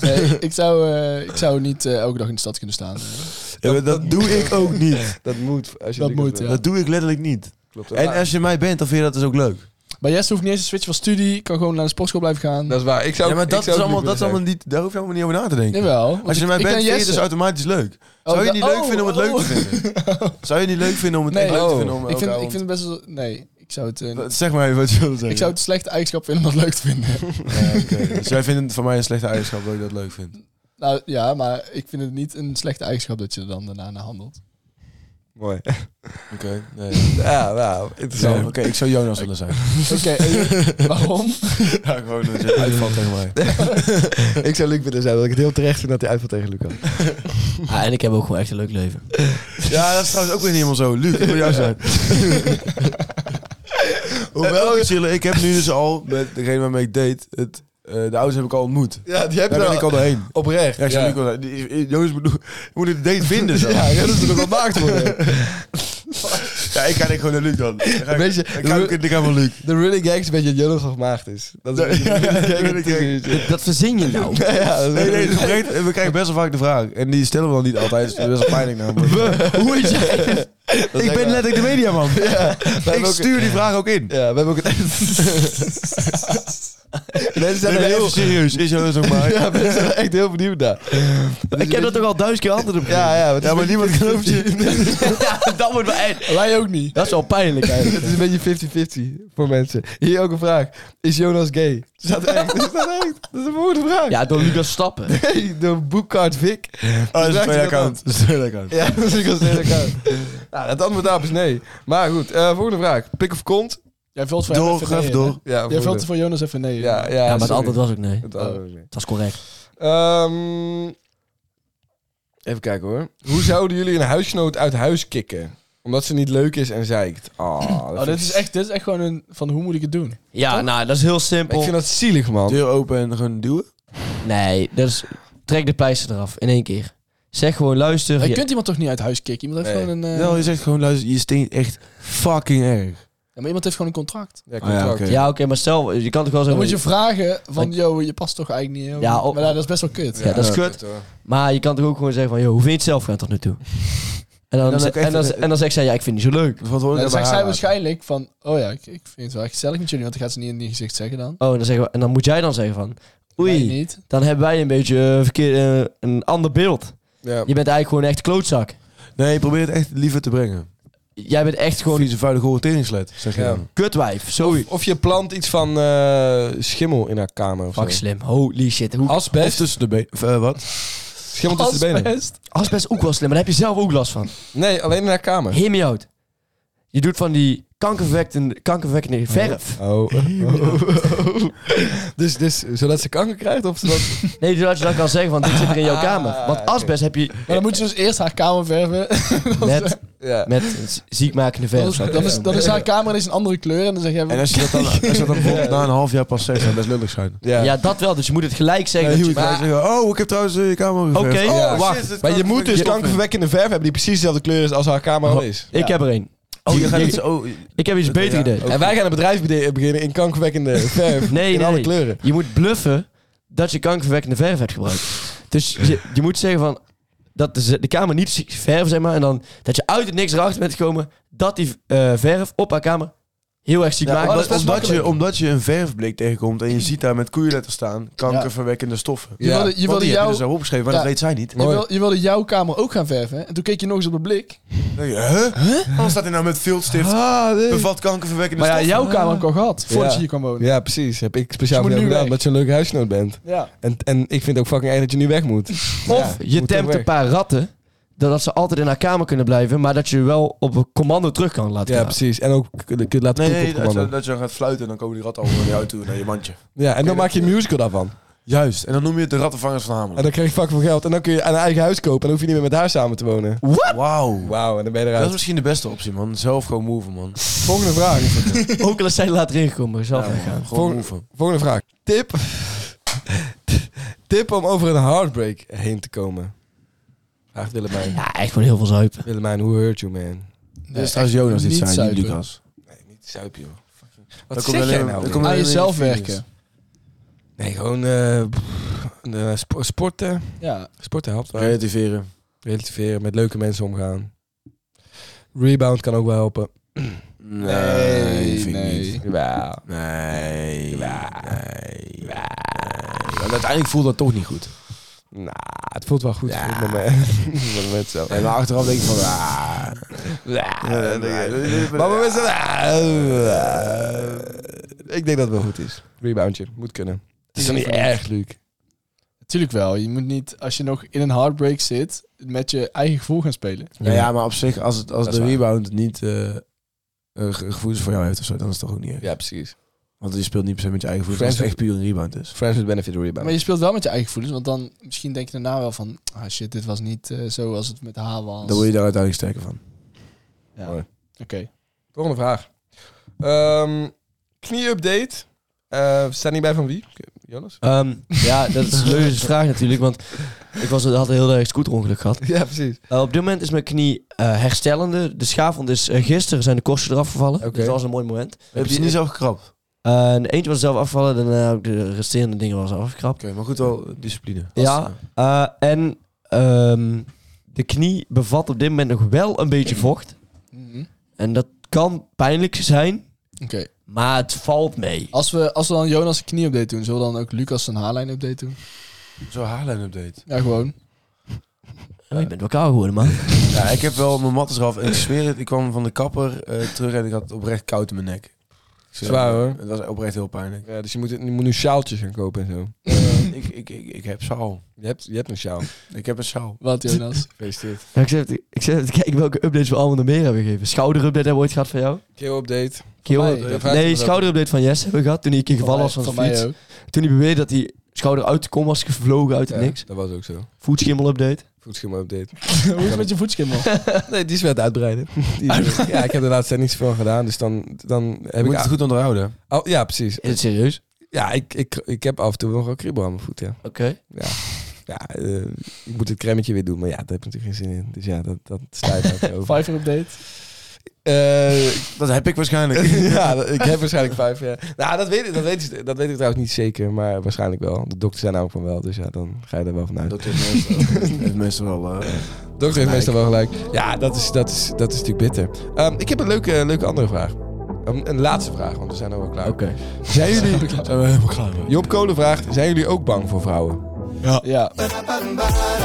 Speaker 6: Nee, ik, zou, eh, ik zou niet eh, elke dag in de stad kunnen staan.
Speaker 4: Ja, maar dat doe ik ook niet.
Speaker 3: Dat moet. Als je
Speaker 6: Dat
Speaker 3: Lucas
Speaker 6: moet,
Speaker 3: bent.
Speaker 6: ja.
Speaker 4: Dat doe ik letterlijk niet.
Speaker 3: Klopt.
Speaker 4: En als je mij bent, dan vind je dat dus ook leuk.
Speaker 6: Maar Jesse hoeft niet eens te switchen van studie. Kan gewoon naar de sportschool blijven gaan.
Speaker 3: Dat is waar. Ik zou,
Speaker 4: Ja, maar
Speaker 3: ik
Speaker 4: dat
Speaker 3: zou
Speaker 4: is
Speaker 3: het
Speaker 4: allemaal,
Speaker 3: niet
Speaker 4: dat is allemaal
Speaker 3: willen
Speaker 4: niet, daar hoef je allemaal niet over na te denken.
Speaker 6: Jawel. want
Speaker 4: Als je
Speaker 6: ik-
Speaker 4: mij
Speaker 6: ik
Speaker 4: bent,
Speaker 6: ken
Speaker 4: vind je het dus
Speaker 6: Jesse.
Speaker 4: automatisch leuk.
Speaker 6: Oh,
Speaker 4: Zou je het niet
Speaker 6: dat-
Speaker 4: leuk
Speaker 6: oh,
Speaker 4: vinden om het leuk te
Speaker 6: oh.
Speaker 4: vinden? Zou je het niet leuk vinden om het
Speaker 6: Nee.
Speaker 4: echt leuk te
Speaker 3: Oh.
Speaker 4: vinden om
Speaker 6: Ik vind,
Speaker 4: elkaar
Speaker 6: ik vind het best wel... Nee, ik zou het... eh,
Speaker 4: om- Zeg maar even wat je wil zeggen.
Speaker 6: ik zou het een slechte eigenschap vinden om dat leuk te (laughs) vinden.
Speaker 4: Ja, oké. dus jij vindt het van mij een slechte eigenschap dat ik dat leuk vind.
Speaker 6: nou ja, maar ik vind het niet een slechte eigenschap dat je er dan daarna naar handelt.
Speaker 3: Mooi.
Speaker 4: Oké, nee.
Speaker 3: (laughs) Ja, nou,
Speaker 4: Zo,
Speaker 3: interessant.
Speaker 4: Oké, ik zou Jonas willen zijn.
Speaker 6: Oké, eh, waarom?
Speaker 4: Ja, gewoon dat je (laughs) uitvalt tegen mij.
Speaker 3: (laughs) ik zou Luc willen zijn, dat ik het heel terecht vind dat hij uitvalt tegen Lucas.
Speaker 5: Ah, en ik heb ook gewoon echt een leuk leven.
Speaker 4: Ja, dat is trouwens ook weer niet helemaal zo. Luc, ik wil jou zijn. (laughs) Hoewel, ik chillen, ik heb nu dus al met degene waarmee ik date, het, eh, de ouders heb ik al ontmoet.
Speaker 3: Ja, die heb
Speaker 4: Daar ben ik al doorheen.
Speaker 3: Oprecht.
Speaker 4: Ja, ik zou Luc wel zijn. Die- die- Jonas moet, moet een
Speaker 3: (laughs)
Speaker 4: date vinden. Zo. Ja,
Speaker 3: dat is toch
Speaker 4: (laughs)
Speaker 3: wel maakt worden.
Speaker 4: ik ga denk ik gewoon naar Luc dan. Dan ga ik,
Speaker 3: Weet je,
Speaker 4: dan ga ik, ik ga voor Luc.
Speaker 3: De running gag is een beetje dat Jonas nog maagd is. Dat is
Speaker 4: (laughs)
Speaker 3: een beetje
Speaker 4: Ja,
Speaker 3: de running
Speaker 4: ja,
Speaker 3: gag.
Speaker 4: running gag.
Speaker 3: natuurlijk.
Speaker 5: Dat verzin je (laughs) nou.
Speaker 3: Ja, ja, dat is-
Speaker 4: Nee, nee, dat is oprecht. En we krijgen best wel vaak de vraag. En die stellen we dan niet altijd. dus Dat is best wel pijnlijk
Speaker 3: (laughs)
Speaker 4: namelijk.
Speaker 5: Hoe
Speaker 4: (laughs)
Speaker 5: is jij?
Speaker 3: dat is-
Speaker 4: de mediaman.
Speaker 3: (laughs) Ja, we hebben
Speaker 4: Ik
Speaker 3: ook-
Speaker 4: stuur die vraag ook in.
Speaker 3: Ja, we hebben ook het... (laughs) Mensen zijn
Speaker 4: Nee,
Speaker 3: er
Speaker 4: nee,
Speaker 3: heel...
Speaker 4: even serieus. Is Jonas nog
Speaker 3: (laughs)
Speaker 4: maar?
Speaker 3: Ja, mensen zijn er echt heel benieuwd naar.
Speaker 5: Ik heb dat toch al duizend keer antwoord op
Speaker 3: Ja, ja.
Speaker 4: Ja, maar niemand gelooft je.
Speaker 5: (laughs) gegeven. Dat wordt wel echt...
Speaker 6: Wij ook niet.
Speaker 5: (laughs) Dat is wel pijnlijk eigenlijk.
Speaker 3: Het is een beetje 50-50 voor mensen. Hier ook een vraag. Is Jonas gay? Er Staat echt. Er Staat echt. Dat is een moeilijke vraag.
Speaker 5: Ja, door Lucas Stappen.
Speaker 3: Hey, de boekkaart Vic.
Speaker 4: Oh, dat is een
Speaker 3: Vraagt
Speaker 4: tweede
Speaker 3: hij dat
Speaker 4: account. Dat is een tweede account.
Speaker 3: Ja, dat is ik als hele kaart. Nou, het antwoord daarop is nee. Maar goed, eh, volgende vraag. Pik of kont?
Speaker 6: (laughs) Jij vult voor hem
Speaker 4: Door,
Speaker 6: even nee,
Speaker 4: graf
Speaker 6: hè?
Speaker 4: door.
Speaker 3: Ja,
Speaker 6: Jij
Speaker 3: volgende.
Speaker 6: vult voor Jonas even nee. hè?
Speaker 3: Ja, ja,
Speaker 5: Ja, maar het
Speaker 3: sorry.
Speaker 5: antwoord was ook nee.
Speaker 3: Het antwoord is nee.
Speaker 5: Dat is correct.
Speaker 3: Ehm, even kijken hoor. Hoe zouden jullie een huisgenoot uit huis kicken? Omdat ze niet leuk is en zeikt. Ah, dat
Speaker 6: Oh,
Speaker 3: vind
Speaker 6: dit,
Speaker 3: ik-
Speaker 6: is echt, dit is echt gewoon een van hoe moet ik het doen?
Speaker 5: Ja, nou, dat is heel
Speaker 3: Ik
Speaker 5: simpel.
Speaker 3: vind dat zielig, man.
Speaker 4: Deur open en gewoon duwen.
Speaker 5: Nee, dat is... Trek de pleister eraf in één keer. Zeg gewoon, luister.
Speaker 6: Je
Speaker 5: je-
Speaker 6: kunt iemand toch niet uit huis kicken? Iemand heeft
Speaker 3: Nee.
Speaker 6: gewoon een, eh,
Speaker 4: Wel, Nou, je zegt gewoon, luister, je stinkt echt fucking erg.
Speaker 6: ja, maar iemand heeft gewoon een contract.
Speaker 3: Ja,
Speaker 4: Ah, ja, oké.
Speaker 5: Ja, oké, maar stel, je kan toch wel zo...
Speaker 6: Dan moet je vragen van, yo, je past toch eigenlijk niet. Yo.
Speaker 5: Ja, op-
Speaker 6: maar ja, dat is best wel kut.
Speaker 5: Ja, dat is kut. Maar je kan toch ook gewoon zeggen van, joh, hoe vind je het zelf gaan tot nu toe? (laughs) En dan,
Speaker 4: dan
Speaker 5: ze-
Speaker 4: ook
Speaker 5: en
Speaker 4: even-
Speaker 5: dan, ze- en dan zegt zij, ja, ik vind het niet zo leuk.
Speaker 4: Wat hoor
Speaker 6: Nou,
Speaker 4: ik
Speaker 6: dan
Speaker 4: daarbij
Speaker 6: zegt zij
Speaker 4: aan?
Speaker 6: waarschijnlijk van, oh ja, ik, ik vind het wel echt gezellig met jullie, want dan gaat ze niet in je gezicht zeggen dan.
Speaker 5: Oh, en dan, zeggen we, en dan moet jij dan zeggen van,
Speaker 6: Wij
Speaker 5: oei,
Speaker 6: niet.
Speaker 5: dan hebben wij een beetje eh, verkeer, eh, een ander beeld.
Speaker 3: Ja.
Speaker 5: Je bent eigenlijk gewoon echt klootzak.
Speaker 4: Nee, probeer het echt liever te brengen.
Speaker 5: Jij bent echt
Speaker 4: Gewoon
Speaker 5: gewoon
Speaker 4: niet zo'n vuile gore teringsled, zeg je
Speaker 3: Ja.
Speaker 4: dan.
Speaker 5: kutwijf, zoiets.
Speaker 3: Of je plant iets van eh, schimmel in haar kamer of zo.
Speaker 5: Fuck slim, holy shit. Hoe,
Speaker 4: Of
Speaker 3: Asbest.
Speaker 4: tussen de benen. Eh, wat?
Speaker 3: Schimmel tussen de benen.
Speaker 6: Asbest.
Speaker 5: asbest ook wel slim, maar daar heb je zelf ook last van.
Speaker 3: Nee, alleen in haar kamer.
Speaker 5: Hear me out. Je doet van die kankerverwekkende, kankerverwekkende verf.
Speaker 3: (laughs) Oh. (laughs) dus, dus zodat ze kanker krijgt of zodat... (laughs)
Speaker 5: Nee, zodat je dan kan zeggen van, dit zit er in jouw kamer. Want asbest heb je
Speaker 6: Maar dan moet ze dus eerst haar kamer (laughs) verven.
Speaker 5: net
Speaker 3: ja.
Speaker 5: met z- ziekmakende
Speaker 6: Dan
Speaker 5: verf.
Speaker 6: is, dan, is, dan is haar kamer is een andere kleur en dan zeg jij...
Speaker 4: En als je dat dan, (laughs) als je dat dan bijvoorbeeld na een half jaar pas zegt, zou dat best lullig zijn.
Speaker 3: Ja.
Speaker 5: Ja, dat wel. Dus je moet het gelijk zeggen.
Speaker 4: Nee,
Speaker 5: dat
Speaker 4: je
Speaker 5: je-
Speaker 4: kan zeggen, oh, ik heb trouwens eh, je kamer geverfd.
Speaker 5: Oké,
Speaker 4: Oh,
Speaker 3: ja.
Speaker 5: wacht.
Speaker 4: dit
Speaker 3: Maar je
Speaker 4: kan-
Speaker 3: moet dus kankerverwekkende verf hebben die precies dezelfde kleur is als haar kamer al is.
Speaker 5: Ik heb er één.
Speaker 4: Oh, je gaat
Speaker 5: Ik-
Speaker 4: iets... Oh,
Speaker 5: Ik heb iets beter idee.
Speaker 3: En wij gaan een bedrijf bede- beginnen in (laughs) kankerverwekkende verf.
Speaker 5: Nee,
Speaker 3: in
Speaker 5: nee,
Speaker 3: alle
Speaker 5: nee.
Speaker 3: kleuren.
Speaker 5: Je moet bluffen dat je kankerverwekkende verf hebt gebruikt. Dus je, je moet zeggen van... Dat de, de kamer niet ziek- verf, zeg maar. En dan dat je uit het niks erachter bent gekomen... dat die eh, verf op haar kamer heel erg ziek
Speaker 3: Ja,
Speaker 5: maakt.
Speaker 3: oh, dat is
Speaker 4: omdat,
Speaker 3: best
Speaker 4: omdat je,
Speaker 3: makkelijk.
Speaker 4: omdat je een verfblik tegenkomt en je ziet daar met koeienletters staan, kankerverwekkende stoffen.
Speaker 6: Je wilde, je
Speaker 4: Want
Speaker 6: wilde
Speaker 4: die hebben
Speaker 6: jouw,
Speaker 4: ze zo opgeschreven, maar dat
Speaker 6: Ja.
Speaker 4: weet zij niet.
Speaker 6: je, wil- je wilde jouw kamer ook gaan verven. En toen keek je nog eens op de blik.
Speaker 4: Dan denk je, huh? Waarom staat hij nou met viltstift?
Speaker 3: Ah, nee.
Speaker 4: Bevat kankerverwekkende
Speaker 6: Maar ja,
Speaker 4: stoffen.
Speaker 6: jouw kamer heb ik al gehad. Voordat
Speaker 3: Ja.
Speaker 6: je hier kwam wonen.
Speaker 3: Ja, precies. Heb ik speciaal
Speaker 6: Je
Speaker 3: voor
Speaker 6: moet
Speaker 3: jou
Speaker 6: nu
Speaker 3: gedaan,
Speaker 6: weg.
Speaker 3: omdat je een leuke huisgenoot bent.
Speaker 6: Ja.
Speaker 3: En, en ik vind het ook fucking erg dat je nu weg moet.
Speaker 5: Of
Speaker 3: Ja,
Speaker 5: je
Speaker 3: moet ook
Speaker 5: tempt een
Speaker 3: weg.
Speaker 5: paar ratten... dat ze altijd in haar kamer kunnen blijven... maar dat je wel op een commando terug kan laten
Speaker 3: Ja,
Speaker 5: gaan.
Speaker 3: precies. En ook k- kun je laten koeken
Speaker 4: Nee, nee
Speaker 3: op
Speaker 4: dat,
Speaker 3: commando.
Speaker 4: je, dat je dan gaat fluiten en dan komen die ratten allemaal naar jou toe, naar je mandje.
Speaker 3: Ja, en dan maak je een musical daarvan.
Speaker 4: Juist, en dan noem je het de rattenvangers van
Speaker 3: En
Speaker 4: Hamelen.
Speaker 3: dan krijg je fucking veel geld. En dan kun je een eigen huis kopen. En dan hoef je niet meer met haar samen te wonen.
Speaker 4: Wauw.
Speaker 3: Wauw, en dan ben je
Speaker 4: Dat
Speaker 3: eruit.
Speaker 4: is misschien de beste optie, man. Zelf gewoon move, man.
Speaker 3: Volgende vraag.
Speaker 5: (laughs) Ook al is zij later ingekomen, zelf
Speaker 4: Ja, man.
Speaker 5: weggaan.
Speaker 4: Gewoon
Speaker 3: Volgende-
Speaker 4: move.
Speaker 3: Volgende vraag. Tip. Tip om over een heartbreak heen te komen. Vraagt Willemijn.
Speaker 5: Ja, echt gewoon heel veel zuipen.
Speaker 3: Willemijn, hoe hurt you, man?
Speaker 4: Dit is trouwens Jonas dit
Speaker 6: niet
Speaker 4: zijn, niet
Speaker 6: zuipen.
Speaker 4: Lucas.
Speaker 3: Nee, niet zuip, joh. Wat
Speaker 4: Dan
Speaker 3: zeg jij
Speaker 4: alleen-
Speaker 3: nou?
Speaker 4: dan
Speaker 3: weer?
Speaker 4: komt
Speaker 6: Aan
Speaker 4: alleen-
Speaker 6: jezelf werken.
Speaker 3: Nee, gewoon... eh, pff, Eh, sp- sporten.
Speaker 6: Ja,
Speaker 3: Sporten helpt wel.
Speaker 4: Relativeren.
Speaker 3: Relativeren, met leuke mensen omgaan. Rebound kan ook wel helpen.
Speaker 4: Nee, vind ik
Speaker 6: nee.
Speaker 4: niet.
Speaker 3: Ja.
Speaker 4: Nee. Nee. Nee. Want uiteindelijk voelt dat toch niet goed.
Speaker 3: Nou, het voelt wel goed
Speaker 4: Ja.
Speaker 3: voor het
Speaker 4: (laughs)
Speaker 3: moment. Voor het moment zelf.
Speaker 4: En maar achteraf denk ik van... ah.
Speaker 3: Ja, Maar we mensen...
Speaker 4: ah.
Speaker 3: Ik denk dat het wel goed is. Reboundje, moet kunnen. Het is toch niet erg, Luc?
Speaker 6: natuurlijk wel. Je moet niet, als je nog in een heartbreak zit, met je eigen gevoel gaan spelen.
Speaker 4: Ja, ja, maar op zich, als, het, als
Speaker 3: Dat is
Speaker 4: de
Speaker 3: waar.
Speaker 4: rebound niet eh, eh, ge- gevoelens voor jou heeft of zo, dan is het toch ook niet erg.
Speaker 3: Ja, precies.
Speaker 4: Want je speelt niet per se met je eigen gevoelens. Als het echt
Speaker 3: Friends-
Speaker 4: puur een rebound is.
Speaker 3: Friends with benefit rebound.
Speaker 6: Maar je speelt wel met je eigen gevoelens, want dan misschien denk je daarna wel van, ah shit, dit was niet eh, zo als het met haar was.
Speaker 4: Dan word je daar uiteindelijk sterker van.
Speaker 6: Ja.
Speaker 3: Mooi.
Speaker 6: Oké.
Speaker 3: Volgende vraag. Ehm Knie-update. Eh, staat niet bij van wie? Jonas?
Speaker 5: Ehm, ja, dat (laughs) is een leuke vraag natuurlijk, want ik was, had een heel erg scooterongeluk gehad.
Speaker 3: Ja, precies.
Speaker 5: Eh, op dit moment is mijn knie eh, herstellende. De schaafwond is eh, gisteren zijn de korsten eraf gevallen.
Speaker 3: Oké.
Speaker 5: Dus dat was een mooi moment.
Speaker 4: Heb je niet zelf gekrapt? Oké,
Speaker 5: Eh, en eentje was zelf afgevallen, daarna heb ik de resterende dingen was afgekrapt.
Speaker 4: maar goed wel discipline.
Speaker 5: Ja, eh, en ehm, de knie bevat op dit moment nog wel een beetje vocht.
Speaker 6: Mhm.
Speaker 5: En dat kan pijnlijk zijn,
Speaker 6: Oké.
Speaker 5: maar het valt mee.
Speaker 6: Als, we, als we dan Jonas een knie-update doen, zullen we dan ook Lucas zijn haarlijn-update doen?
Speaker 4: Zo'n haarlijn-update.
Speaker 6: Ja, gewoon.
Speaker 5: Oh, je bent wel koud geworden, man.
Speaker 4: Ja, ik heb wel mijn matten eraf. En ik zweer het, ik kwam van de kapper eh, terug en ik had oprecht koud in mijn nek. Ik zweer
Speaker 3: Zwaar,
Speaker 4: het.
Speaker 3: hoor.
Speaker 4: Het was oprecht heel pijnlijk.
Speaker 3: Ja, dus je moet, je moet nu sjaaltjes gaan kopen en zo. Eh.
Speaker 4: ik, ik, ik, ik heb sjaal.
Speaker 3: Je hebt, je hebt een sjaal.
Speaker 4: Ik heb een sjaal.
Speaker 6: Wat, Jonas?
Speaker 3: Gefeliciteerd.
Speaker 5: Ja, ik zit even te- ik zit even te kijken welke updates we allemaal nog meer hebben gegeven. Schouderupdate hebben we ooit gehad van jou.
Speaker 3: Keel-update.
Speaker 5: Keel-
Speaker 6: mij?
Speaker 3: Ja, eh, vraag je
Speaker 5: nee,
Speaker 3: wat
Speaker 5: schouderupdate van Jesse hebben we gehad toen hij een keer gevallen was van
Speaker 6: Van
Speaker 5: zijn
Speaker 6: mij
Speaker 5: fiets.
Speaker 6: ook. (laughs)
Speaker 5: Toen hij beweerde dat hij schouder uit de kom was gevlogen uit het
Speaker 3: Ja,
Speaker 5: niks.
Speaker 3: Dat was ook zo.
Speaker 5: Voetskimmel-update.
Speaker 3: Voetschema-update.
Speaker 6: Hoe is het met je voetschimmel?
Speaker 3: (laughs) nee, die is weer aan het (laughs) uitbreiden. Die is- ja, ik heb de laatste tijd niets van gedaan, dus dan, dan
Speaker 4: Je
Speaker 3: heb
Speaker 4: moet
Speaker 3: ik...
Speaker 4: het goed onderhouden.
Speaker 3: al- ja, precies.
Speaker 5: Is het serieus?
Speaker 3: Ja, ik, ik, ik heb af en toe nog wel kriebel aan mijn voet, ja.
Speaker 5: Oké.
Speaker 3: Ja, eh, ik moet het cremmetje weer doen, maar ja, daar heb ik natuurlijk geen zin in. Dus ja, dat, dat sluit daar (laughs) over.
Speaker 6: Fiverr-update?
Speaker 5: (laughs)
Speaker 3: Eh,
Speaker 4: Dat heb ik
Speaker 3: (laughs)
Speaker 4: waarschijnlijk.
Speaker 3: ja, dat- ik heb waarschijnlijk vijf jaar. Nou, dat weet, ik- dat, weet, ik- dat weet ik trouwens niet zeker, maar waarschijnlijk wel. De dokter zei namelijk van wel, dus ja, dan ga je er wel vanuit.
Speaker 4: Dat heeft meestal, heeft meestal wel... eh,
Speaker 3: De dokter heeft meestal wel gelijk. Ja, dat is, Dus dat is, dat is natuurlijk bitter. Ehm, ik heb een leuke, leuke andere vraag. Een, een laatste vraag, want we zijn al wel klaar.
Speaker 5: Oké.
Speaker 3: Zijn jullie,
Speaker 4: zijn we helemaal klaar mee.
Speaker 3: Job Kolen vraagt, zijn jullie ook bang voor vrouwen?
Speaker 6: Ja.